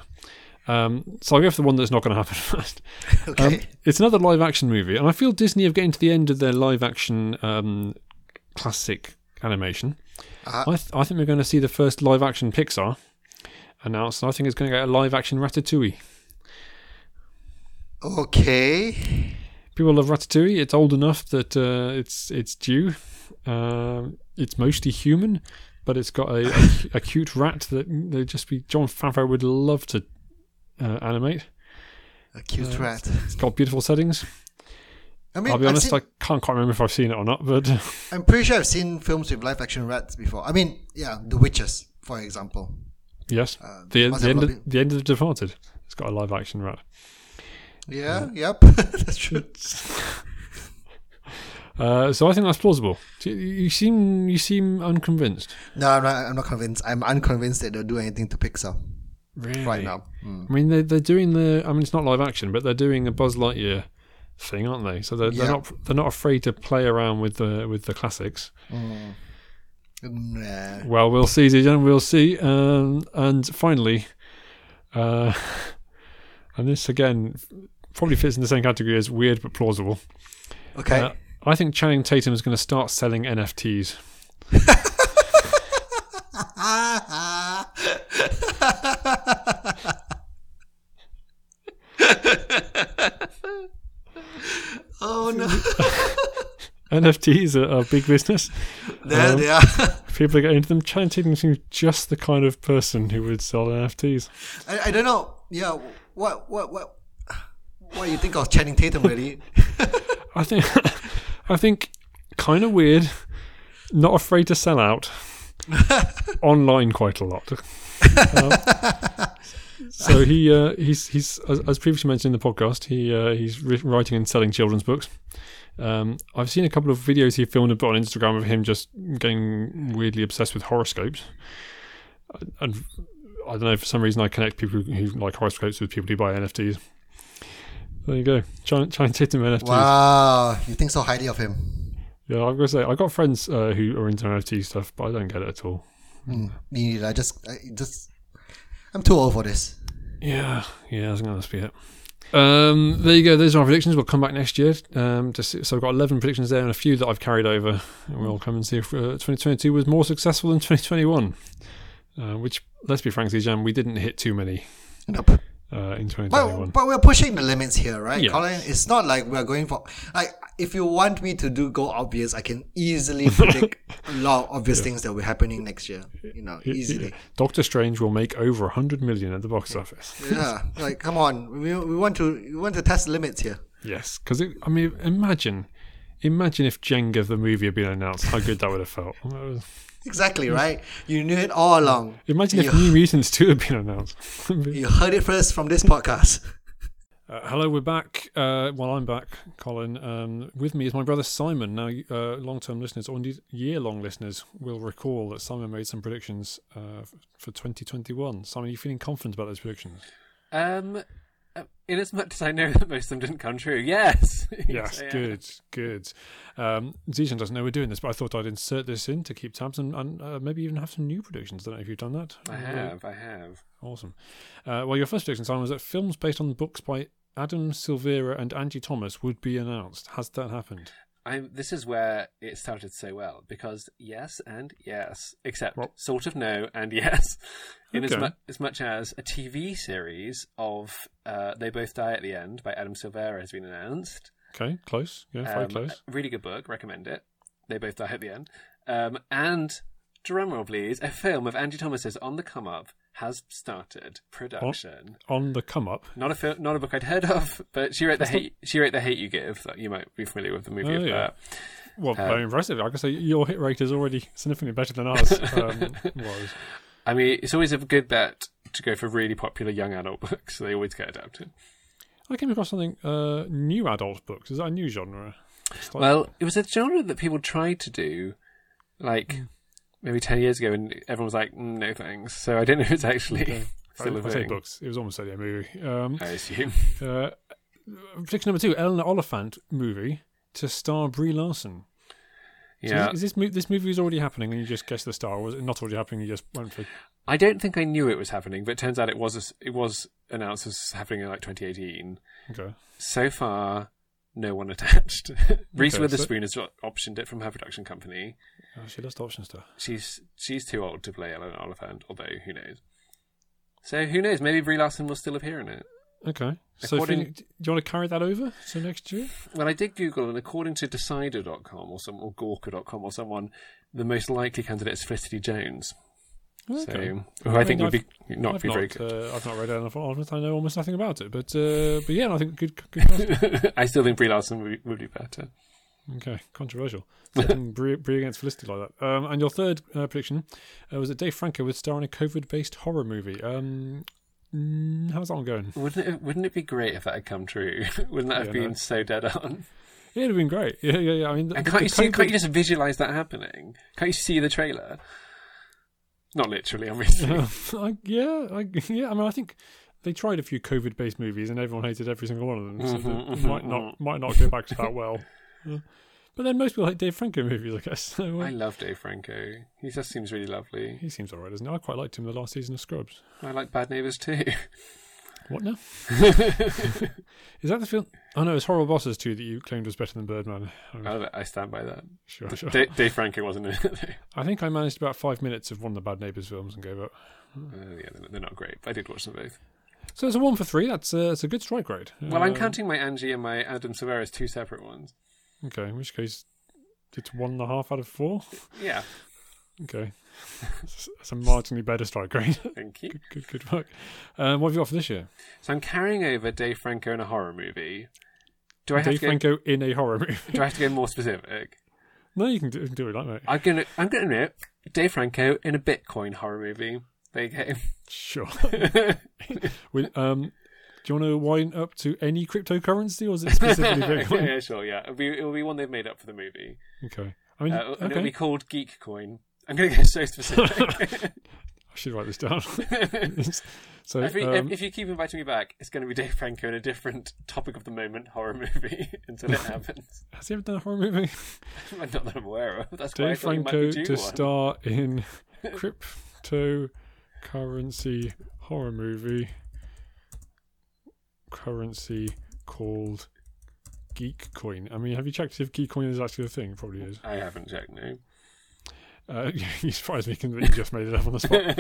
Speaker 1: Um, so I'll go for the one that's not going to happen first.
Speaker 2: of. Okay.
Speaker 1: Um, it's another live action movie, and I feel Disney are getting to the end of their live action um, classic animation.
Speaker 2: Uh-huh.
Speaker 1: I, th- I think we're going to see the first live action Pixar announced, and I think it's going to get a live action Ratatouille.
Speaker 2: okay.
Speaker 1: People love Ratatouille. It's old enough that uh, it's it's due. Um, it's mostly human, but it's got a, a, a cute rat that they just be. John Favreau would love to uh, animate.
Speaker 2: A cute rat.
Speaker 1: It's got beautiful settings.
Speaker 2: I mean,
Speaker 1: I'll be
Speaker 2: I've
Speaker 1: honest,
Speaker 2: seen-
Speaker 1: I can't quite remember if I've seen it or not, but
Speaker 2: I'm pretty sure I've seen films with live action rats before. I mean, yeah, The Witches, for example.
Speaker 1: yes,
Speaker 2: Uh,
Speaker 1: the,
Speaker 2: must
Speaker 1: the
Speaker 2: have
Speaker 1: end
Speaker 2: lovely-
Speaker 1: of, the end of the Departed. It's got a live action rat.
Speaker 2: Yeah, yep, that's true.
Speaker 1: Uh, so I think that's plausible. You- You seem you seem unconvinced.
Speaker 2: No, I'm not, I'm not convinced. I'm unconvinced that they'll do anything to Pixar
Speaker 1: Really?
Speaker 2: right now. Mm.
Speaker 1: I mean, they're, they're doing the. I mean, it's not live action, but they're doing a Buzz Lightyear thing, aren't they? So they're, they're
Speaker 2: Yeah.
Speaker 1: not they're not afraid to play around with the with the classics.
Speaker 2: Mm. Nah.
Speaker 1: Well, we'll see, Zijan. We'll see. Um, and finally, uh, and this again probably fits in the same category as weird but plausible.
Speaker 2: Okay.
Speaker 1: Uh, I think Channing Tatum is going to start selling NFTs.
Speaker 2: oh no,
Speaker 1: NFTs are, are big business.
Speaker 2: there
Speaker 1: Um,
Speaker 2: they are.
Speaker 1: People are getting into them. Channing Tatum seems just the kind of person who would sell NFTs.
Speaker 2: I, I don't know. Yeah, what what what what you think of Channing Tatum really?
Speaker 1: I think, I think, kind of weird. Not afraid to sell out online quite a lot. Um, so he uh, he's he's as, as previously mentioned in the podcast, he uh, he's ri writing and selling children's books. Um, I've seen a couple of videos he filmed and put on Instagram of him just getting weirdly obsessed with horoscopes. And I don't know for some reason I connect people who like horoscopes with people who buy NFTs. There you go, trying trying to hit them NFTs.
Speaker 2: wow, you think so highly of him.
Speaker 1: Yeah, I've got to say, I've got friends uh, who are into NFT stuff, but I don't get it at all.
Speaker 2: Mm, Me neither. I just I just I'm too old for this.
Speaker 1: Yeah, yeah, I think that's be it. Um, there you go. Those are our predictions. We'll come back next year. Um, to see, so I've got 11 predictions there and a few that I've carried over. And we'll come and see if uh, 2022 was more successful than 2021. Uh, which, let's be frank, Jam, we didn't hit too many
Speaker 2: Nope.
Speaker 1: uh, in 2021.
Speaker 2: But, but we're pushing the limits here, right,
Speaker 1: Yeah.
Speaker 2: Colin? It's not like we're going for like if you want me to do go obvious, I can easily predict a lot of obvious things that will be happening next year. You know, easily.
Speaker 1: Doctor Strange will make over 100 million at the box office.
Speaker 2: Yeah, like come on, we, we want to we want to test limits here.
Speaker 1: Yes, because I mean, imagine, imagine if Jenga the movie had been announced, how good that would have felt. That was-
Speaker 2: Exactly right. You knew it all along.
Speaker 1: Imagine if
Speaker 2: Yeah.
Speaker 1: New Mutants 2 had been announced. uh,
Speaker 2: You heard it first from this podcast.
Speaker 1: hello, we're back. Uh, well, I'm back, Colin. Um, with me is my brother Simon. Now, uh, long term listeners, or indeed year long listeners, will recall that Simon made some predictions uh, f- for 2021. Simon, are you feeling confident about those predictions?
Speaker 3: Um, uh, in as much as I know that most of them didn't come true, yes.
Speaker 1: Yes,
Speaker 3: So, yeah.
Speaker 1: good, good. Um, Zishan doesn't know we're doing this, but I thought I'd insert this in to keep tabs and, and uh, maybe even have some new predictions. don't know if you've done that.
Speaker 3: I have, I have.
Speaker 1: Awesome. Uh, well, your first prediction, Simon, was that films based on books by Adam Silvera and Angie Thomas would be announced. Has that happened?
Speaker 3: I this is where it started so well because yes and yes, except
Speaker 1: Well-
Speaker 3: sort of no and yes, in as,
Speaker 1: Okay.
Speaker 3: mu- as much as a TV series of uh, "They Both Die at the End" by Adam Silvera has been announced.
Speaker 1: Okay, close. Yeah, very
Speaker 3: Um,
Speaker 1: close.
Speaker 3: Really good book, recommend it. They both die at the end. Um, and drumroll please, a film of Angie Thomas's on the come up has
Speaker 1: Oh.
Speaker 3: started production.
Speaker 1: On the come up.
Speaker 3: Not a film, not a book I'd heard of, but she wrote the hate. She wrote the hate you give. That you might be familiar with the movie
Speaker 1: Oh,
Speaker 3: of
Speaker 1: yeah.
Speaker 3: that.
Speaker 1: Well,
Speaker 3: Uh,
Speaker 1: very impressive. I can say your hit rate is already significantly better than ours um, was.
Speaker 3: I mean, it's always a good bet to go for really popular young adult books. They always get adapted.
Speaker 1: I came across something uh, new adult books. Is that a new genre? It's like-
Speaker 3: Well, it was a genre that people tried to do, like
Speaker 1: Mm.
Speaker 3: maybe ten years ago, and everyone was like, mm, "No thanks." So I don't know if it's actually
Speaker 1: I,
Speaker 3: still a
Speaker 1: I say
Speaker 3: thing.
Speaker 1: books. It was almost like a movie. Um,
Speaker 3: I assume.
Speaker 1: uh, prediction number two: Eleanor Oliphant movie to star Brie Larson. So
Speaker 3: Yeah,
Speaker 1: is, is this mo- this movie is already happening, and you just guessed the star, or was it not already happening? You just went for
Speaker 3: I don't think I knew it was happening, but it turns out it was. It was announced as happening in like 2018.
Speaker 1: okay.
Speaker 3: so far, no one attached. Reese
Speaker 1: Okay, so-
Speaker 3: Witherspoon has o- optioned it from her production company.
Speaker 1: Oh, she lost option stuff.
Speaker 3: She's she's too old to play Ellen Oliphant, although who knows. So who knows? Maybe Brie Larson will still appear in it.
Speaker 1: Okay. So
Speaker 3: According-
Speaker 1: Phoenix- do you want to carry that over to next year?
Speaker 3: Well, I did Google, and according to Decider.com or some or Gawker.com or someone, the most likely candidate is Felicity Jones. So who I,
Speaker 1: mean,
Speaker 3: think would
Speaker 1: I've-
Speaker 3: be not
Speaker 1: I've
Speaker 3: be very
Speaker 1: not, uh, I've not read Eleanor Oliphant. I know almost nothing about it, but uh, but yeah, I think good. good cast.
Speaker 3: good. I still think Brie Larson would be, would be better.
Speaker 1: okay, controversial. Something Brie, Brie against Felicity like that. Um, and your third uh, prediction uh, was that Dave Franco would star in a COVID-based horror movie. Um, mm, how's that one going?
Speaker 3: Wouldn't it, wouldn't it be great if that had come true? wouldn't that have
Speaker 1: Yeah,
Speaker 3: been
Speaker 1: no.
Speaker 3: so dead on?
Speaker 1: It'd have been great. Yeah, yeah, yeah. I mean, the-
Speaker 3: And
Speaker 1: the-
Speaker 3: can't
Speaker 1: the
Speaker 3: you see?
Speaker 1: COVID
Speaker 3: Can't you just visualize that happening? Can't you see the trailer? Not literally, obviously.
Speaker 1: Uh, I, yeah, I, yeah. I mean, I think they tried a few COVID-based movies, and everyone hated every single one of them. So
Speaker 3: Mhm,
Speaker 1: they
Speaker 3: mhm,
Speaker 1: might not
Speaker 3: mhm.
Speaker 1: might not go back to that well. Yeah. But then most people like Dave Franco movies, I guess. So, uh,
Speaker 3: I love Dave Franco. He just seems really lovely.
Speaker 1: he seems alright, doesn't he? I quite liked him the last season of Scrubs.
Speaker 3: I like Bad Neighbors too.
Speaker 1: What now? Is that the film? Oh no, it's Horrible Bosses too that you claimed was better than Birdman. Oh,
Speaker 3: Oh, I stand by that.
Speaker 1: sure, sure.
Speaker 3: Da- Dave Franco wasn't in it. though.
Speaker 1: I think I managed about five minutes of one of the Bad Neighbours films and gave up.
Speaker 3: uh, yeah, they're- they're not great. But I did watch them both.
Speaker 1: So it's a one for three. That's uh, it's a good strike rate.
Speaker 3: Well, I'm
Speaker 1: Um,
Speaker 3: counting my Angie and my Adam Silvera as two separate ones.
Speaker 1: Okay, in which case it's one and a half out of four.
Speaker 3: Yeah,
Speaker 1: Okay, that's that's a marginally better strike rate.
Speaker 3: thank you.
Speaker 1: good, good work. Um, what have you got for this year?
Speaker 3: So I'm carrying over Dave Franco in a horror movie. Do I have
Speaker 1: Dave
Speaker 3: to?
Speaker 1: Franco in a horror movie.
Speaker 3: Go, do I have to go more specific?
Speaker 1: no, you can do, you can do what you like, mate.
Speaker 3: I'm gonna I'm gonna admit Dave Franco in a Bitcoin horror movie. There you go.
Speaker 1: Sure. With, um, do you want to wind up to any cryptocurrency, or is it specifically Bitcoin?
Speaker 3: yeah, sure. Yeah, it'll be it'll be one they've made up for the movie,
Speaker 1: Okay. I mean,
Speaker 3: uh, and it'll
Speaker 1: Mm-hmm. okay.
Speaker 3: be called Geek Coin. I'm gonna go so specific.
Speaker 1: I should write this down. so,
Speaker 3: if, you-
Speaker 1: um,
Speaker 3: if you keep inviting me back, it's going to be Dave Franco in a different topic of the moment horror movie until it happens.
Speaker 1: has he ever done a horror movie?
Speaker 3: Not that I'm aware of. That's why I
Speaker 1: Dave
Speaker 3: thought you might
Speaker 1: Franco
Speaker 3: be due
Speaker 1: to
Speaker 3: one.
Speaker 1: star in cryptocurrency horror movie. Currency called Geek Coin. I mean, have you checked if Geek Coin is actually a thing? It probably is.
Speaker 3: I haven't checked. No.
Speaker 1: Uh, you surprised me that you just made it up on the spot.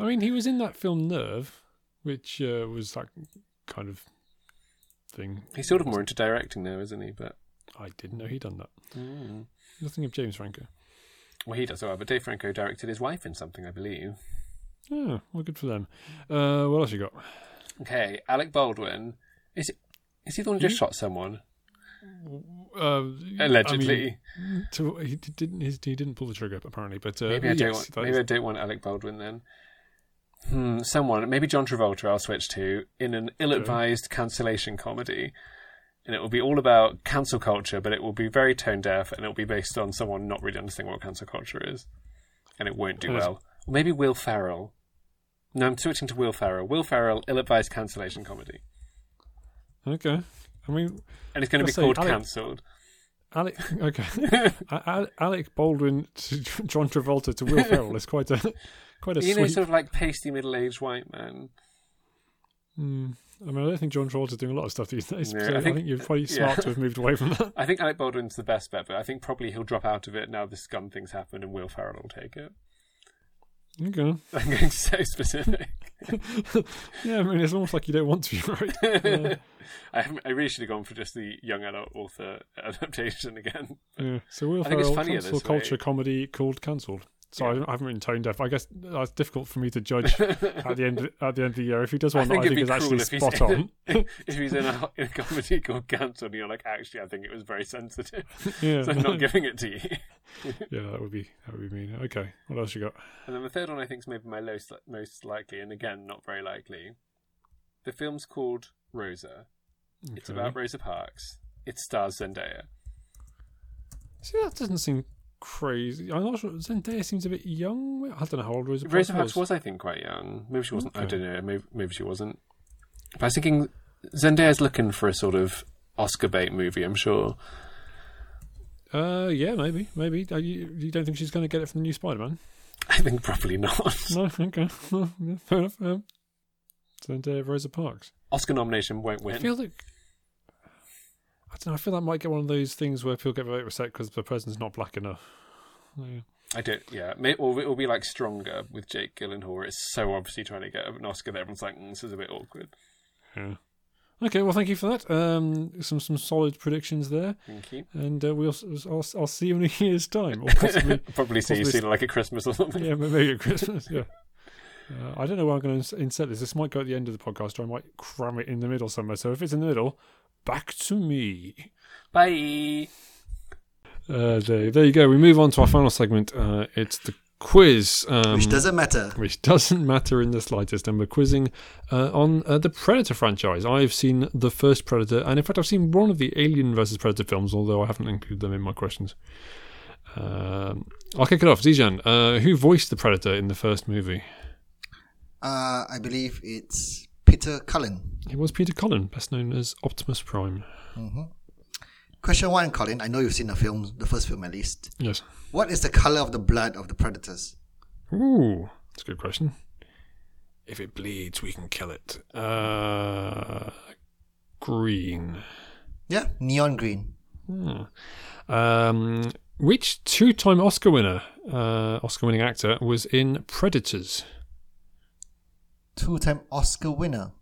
Speaker 1: I mean, he was in that film Nerve, which uh, was that kind of thing.
Speaker 3: He's sort of more into directing now, isn't he? But
Speaker 1: I didn't know he'd done that.
Speaker 3: mm.
Speaker 1: Nothing of James Franco.
Speaker 3: well, he does well. But Dave Franco directed his wife in something, I believe.
Speaker 1: Oh, well, good for them. Uh, what else you got?
Speaker 3: Okay, Alec Baldwin. Is it? Is he the one who just shot someone?
Speaker 1: Uh,
Speaker 3: Allegedly.
Speaker 1: to, he d- didn't. His, he didn't pull the trigger apparently. But uh,
Speaker 3: maybe I don't.
Speaker 1: yes,
Speaker 3: want,
Speaker 1: that
Speaker 3: maybe
Speaker 1: is-
Speaker 3: I don't want Alec Baldwin then. Hmm, someone, maybe John Travolta. I'll switch to in an ill-advised cancellation comedy, and it will be all about cancel culture, but it will be very tone deaf, and it will be based on someone not really understanding what cancel culture is, and it won't do
Speaker 1: And it's-
Speaker 3: well. Or maybe Will Farrell. No, I'm switching to Will Farrell. Will Farrell, ill-advised cancellation comedy,
Speaker 1: okay. I mean,
Speaker 3: and it's going to
Speaker 1: Let's say
Speaker 3: be called
Speaker 1: Alec-
Speaker 3: cancelled.
Speaker 1: Alec. Okay, A- Al- Alec Baldwin to J- John Travolta to Will Ferrell is quite a quite a
Speaker 3: You
Speaker 1: sweet.
Speaker 3: know, sort of like pasty middle-aged white man.
Speaker 1: Mm. I mean, I don't think John Travolta's doing a lot of stuff these days.
Speaker 3: No,
Speaker 1: so
Speaker 3: I
Speaker 1: I, think,
Speaker 3: think-
Speaker 1: you're probably
Speaker 3: yeah.
Speaker 1: smart to have moved away from that.
Speaker 3: I think Alec Baldwin's the best bet, but I think probably he'll drop out of it now the scum thing's happened and Will Farrell will take it.
Speaker 1: Okay.
Speaker 3: I'm getting so specific.
Speaker 1: Yeah, I mean, it's almost like you don't want to be right.
Speaker 3: I, haven't, I really should have gone for just the young adult author adaptation again.
Speaker 1: Yeah. So Will
Speaker 3: I think it's
Speaker 1: Ferrell,
Speaker 3: funnier
Speaker 1: cancel
Speaker 3: this way.
Speaker 1: culture comedy called cancelled. So I, I haven't written tone deaf. I guess that's difficult for me to judge at the end at the end of the year. If he does one, that I think is actually spot on.
Speaker 3: if he's in a, in a comedy called Cancel and you're like, actually, I think it was very sensitive,
Speaker 1: Yeah.
Speaker 3: so I'm not giving it to you.
Speaker 1: yeah, that would be that would be mean. Okay, what else you got?
Speaker 3: And then the third one I think is maybe my most, most likely, and again, not very likely. The film's called Rosa. It's
Speaker 1: Okay.
Speaker 3: about Rosa Parks. It stars Zendaya.
Speaker 1: See, that doesn't seem crazy. I'm not sure. Zendaya seems a bit young. I don't know how old Rosa Parks
Speaker 3: Rosa Parks was, I think, quite young. Maybe she wasn't. I
Speaker 1: Okay.
Speaker 3: don't know. Maybe, maybe she wasn't. But I was thinking Zendaya's looking for a sort of Oscar bait movie. I'm sure.
Speaker 1: Uh, yeah, maybe, maybe. Uh, you, you don't think she's going to get it from the new Spider-Man?
Speaker 3: I think probably not.
Speaker 1: No, okay, Yeah, fair enough. Um, Zendaya, Rosa Parks.
Speaker 3: Oscar nomination won't
Speaker 1: I
Speaker 3: win.
Speaker 1: feel that. I don't know. I feel that might get one of those things where people get very upset because the person's not black enough. Yeah.
Speaker 3: I don't. Yeah, May, or it'll be like stronger with Jake Gyllenhaal. where It's so obviously trying to get an Oscar that everyone's like, mm, this is a bit awkward.
Speaker 1: Yeah. Okay, well, thank you for that. Um, some some solid predictions there,
Speaker 3: Thank you.
Speaker 1: and uh, we'll s- I'll, I'll see you in a year's time, or possibly
Speaker 3: Probably see you
Speaker 1: Possibly-
Speaker 3: soon, like at Christmas or something.
Speaker 1: yeah, maybe at Christmas. Yeah. Uh, I don't know where I'm going to insert this. This might go at the end of the podcast, or I might cram it in the middle somewhere. So if it's in the middle, back to me.
Speaker 3: Bye.
Speaker 1: Uh, there, there you go. We move on to our final segment. Uh, it's the quiz. Um,
Speaker 2: Which doesn't matter.
Speaker 1: which doesn't matter in the slightest. And we're quizzing uh, on uh, the Predator franchise. I've seen the first Predator, and in fact, I've seen one of the Alien versus Predator films, although I haven't included them in my questions. Um, I'll kick it off. Zijan, uh, who voiced the Predator in the first movie?
Speaker 2: Uh, I believe it's Peter Cullen.
Speaker 1: It was Peter Cullen, best known as Optimus Prime.
Speaker 2: Question one, Colin. I know you've seen the film, the first film at least.
Speaker 1: Yes.
Speaker 2: What is the color of the blood of the predators?
Speaker 1: Ooh, that's a good question. If it bleeds, we can kill it. Uh, green.
Speaker 2: Yeah, neon green.
Speaker 1: Um, which two-time Oscar winner, uh, Oscar-winning actor, was in Predators?
Speaker 2: Two-time Oscar winner.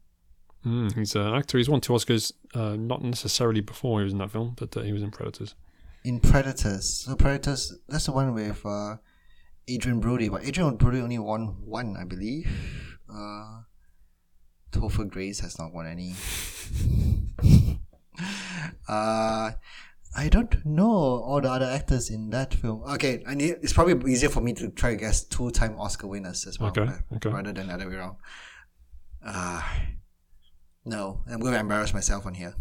Speaker 1: Mm, he's an actor. He's won two Oscars. Uh, not necessarily before he was in that film, but uh, he was in Predators.
Speaker 2: in Predators. So Predators, that's the one with uh, Adrian Brody, but Adrian Brody only won one, I believe. Uh, Topher Grace has not won any. uh, I don't know all the other actors in that film. Okay, I need, it's probably easier for me to try to guess two-time Oscar winners as well,
Speaker 1: Okay,
Speaker 2: right?
Speaker 1: okay.
Speaker 2: rather than the other way around. Uh, no, I'm going to embarrass myself on here.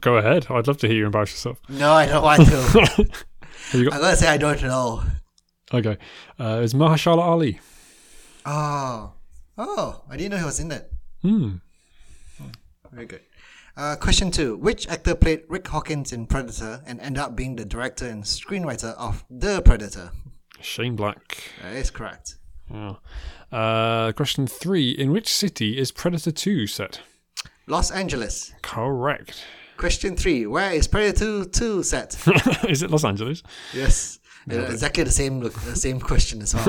Speaker 1: Go ahead. I'd love to hear you embarrass yourself.
Speaker 2: No, I don't want to.
Speaker 1: you got-
Speaker 2: I'm going to say I don't know.
Speaker 1: Okay. Uh, it's Mahershala Ali.
Speaker 2: Oh, oh! I didn't know he was in that.
Speaker 1: Hmm.
Speaker 2: Very good. Uh, question two: Which actor played Rick Hawkins in Predator and ended up being the director and screenwriter of The Predator?
Speaker 1: Shane Black.
Speaker 2: That is correct.
Speaker 1: Yeah. Uh, question three: In which city is Predator Two set?
Speaker 2: Los Angeles.
Speaker 1: Correct.
Speaker 2: Question three: Where is Predator Two set?
Speaker 1: is it Los Angeles?
Speaker 2: yes, Yeah, exactly the same look, the same question as well.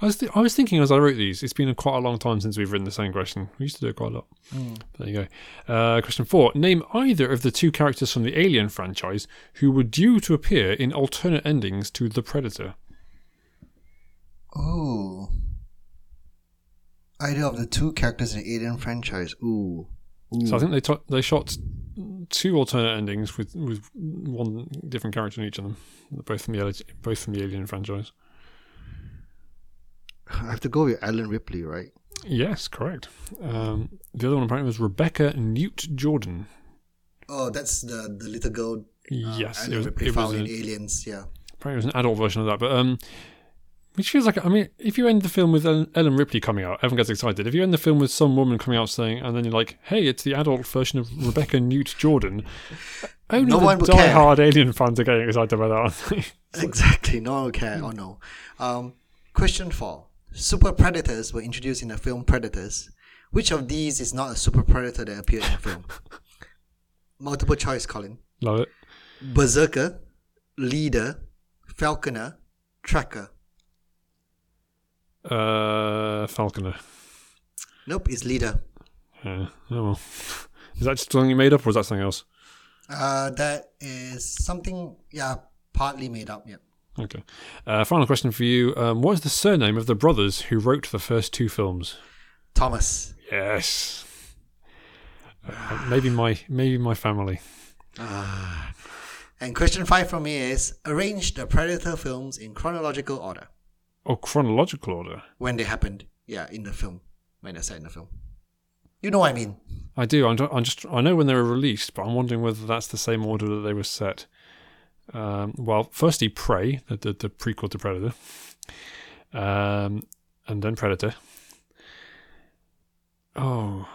Speaker 1: I was th- I was thinking as I wrote these. It's been quite a long time since we've written the same question. We used to do it quite a lot. There you go. Uh, question four: Name either of the two characters from the Alien franchise who were due to appear in alternate endings to The Predator.
Speaker 2: Ooh. Either of the two characters in the Alien franchise. Ooh.
Speaker 1: So I think they to they shot two alternate endings with with one different character in each of them, both from the Ali- both from the Alien franchise.
Speaker 2: I have to go with Alan Ripley, right?
Speaker 1: Yes, correct. Um, the other one apparently was Rebecca Newt Jordan.
Speaker 2: Oh, that's the the little girl
Speaker 1: Yes,
Speaker 2: Alan
Speaker 1: it was,
Speaker 2: Ripley
Speaker 1: it was
Speaker 2: found
Speaker 1: a,
Speaker 2: in Aliens. Yeah.
Speaker 1: apparently it was an adult version of that. But um, which feels like I mean, if you end the film with Ellen, Ellen Ripley coming out, everyone gets excited. If you end the film with some woman coming out saying, and then you're like, "Hey, it's the adult version of Rebecca Newt Jordan," only
Speaker 2: No
Speaker 1: the
Speaker 2: one would care.
Speaker 1: die-hard Alien fans are getting excited about that. Aren't they?
Speaker 2: Exactly. No one will care. Oh no. Um, question four. Super predators were introduced in the film Predators. Which of these is not a super predator that appeared in the film? Multiple choice, Colin.
Speaker 1: Love it.
Speaker 2: Berserker, leader, falconer, tracker.
Speaker 1: Uh, Falconer.
Speaker 2: Nope, it's leader.
Speaker 1: Yeah. Oh well. Is that just something you made up, or is that something else?
Speaker 2: Uh, that is something. Yeah, partly made up. Yeah.
Speaker 1: Okay. Uh, final question for you. Um, what is the surname of the brothers who wrote the first two films?
Speaker 2: Thomas.
Speaker 1: Yes. Uh, maybe my maybe my family.
Speaker 2: And question five from me is arrange the predator films in chronological order
Speaker 1: Oh, chronological order.
Speaker 2: when they happened. Yeah, in the film when they're set in the film. You know what I mean.
Speaker 1: I do. I'm, ju- I'm just. I know when they were released, but I'm wondering whether that's the same order that they were set. Um, well, firstly, Prey, the, the the prequel to Predator, um, and then Predator. Oh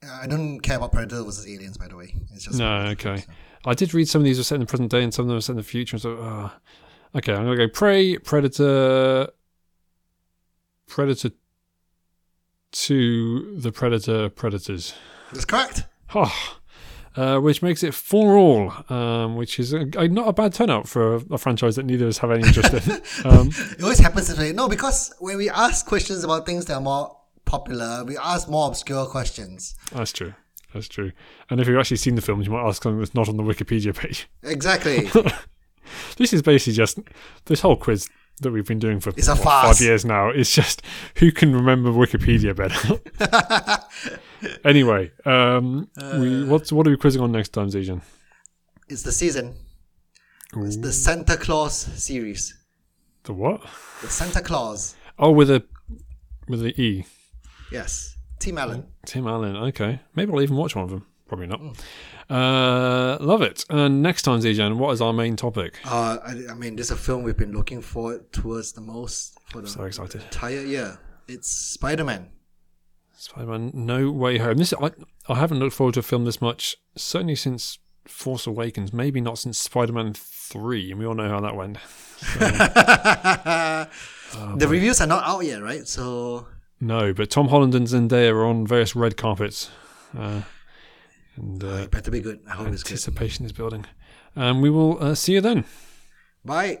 Speaker 2: Uh, I don't care about Predator versus Aliens, by the way. It's just
Speaker 1: no, okay. I did read some of these were set in the present day and some of them were set in the future. And so, uh, okay, I'm gonna go Prey, Predator, Predator Two, The Predator, Predators.
Speaker 2: that's correct.
Speaker 1: Oh, uh, which makes it four all, um, which is a, a- not a bad turnout for a, a franchise that neither of us have any interest in. Um,
Speaker 2: It always happens this way. No, because when we ask questions about things that are more popular, we ask more obscure questions.
Speaker 1: that's true. That's true. And if you've actually seen the films, you might ask something that's not on the Wikipedia page.
Speaker 2: Exactly.
Speaker 1: This is basically just this whole quiz that we've been doing for
Speaker 2: It's a
Speaker 1: what,
Speaker 2: farce.
Speaker 1: five years now. It's just who can remember Wikipedia better. anyway, um, we,
Speaker 2: Uh.
Speaker 1: what's, what are we quizzing on next time, Zijan?
Speaker 2: it's the season. It's the Santa Claus series.
Speaker 1: The what?
Speaker 2: The Santa Claus.
Speaker 1: Oh, with a with the E.
Speaker 2: Yes. Tim Allen.
Speaker 1: Tim Allen. Okay, maybe I'll even watch one of them. Probably not.
Speaker 2: Oh.
Speaker 1: Uh, love it. And next time, Zijan, what is our main topic?
Speaker 2: Uh, I, I mean, this is a film we've been looking forward towards the most for the
Speaker 1: So excited.
Speaker 2: entire year. It's Spider Man.
Speaker 1: Spider-Man: No Way Home. This I, I haven't looked forward to a film this much certainly since Force Awakens. Maybe not since Spider-Man Three, and we all know how that went.
Speaker 2: oh,
Speaker 1: that
Speaker 2: The
Speaker 1: point.
Speaker 2: reviews are not out yet, right? So
Speaker 1: no, but Tom Holland and Zendaya are on various red carpets. Uh, and uh,
Speaker 2: it better be good. I hope it's good.
Speaker 1: anticipation is building. Um, we will uh, see you then.
Speaker 2: Bye.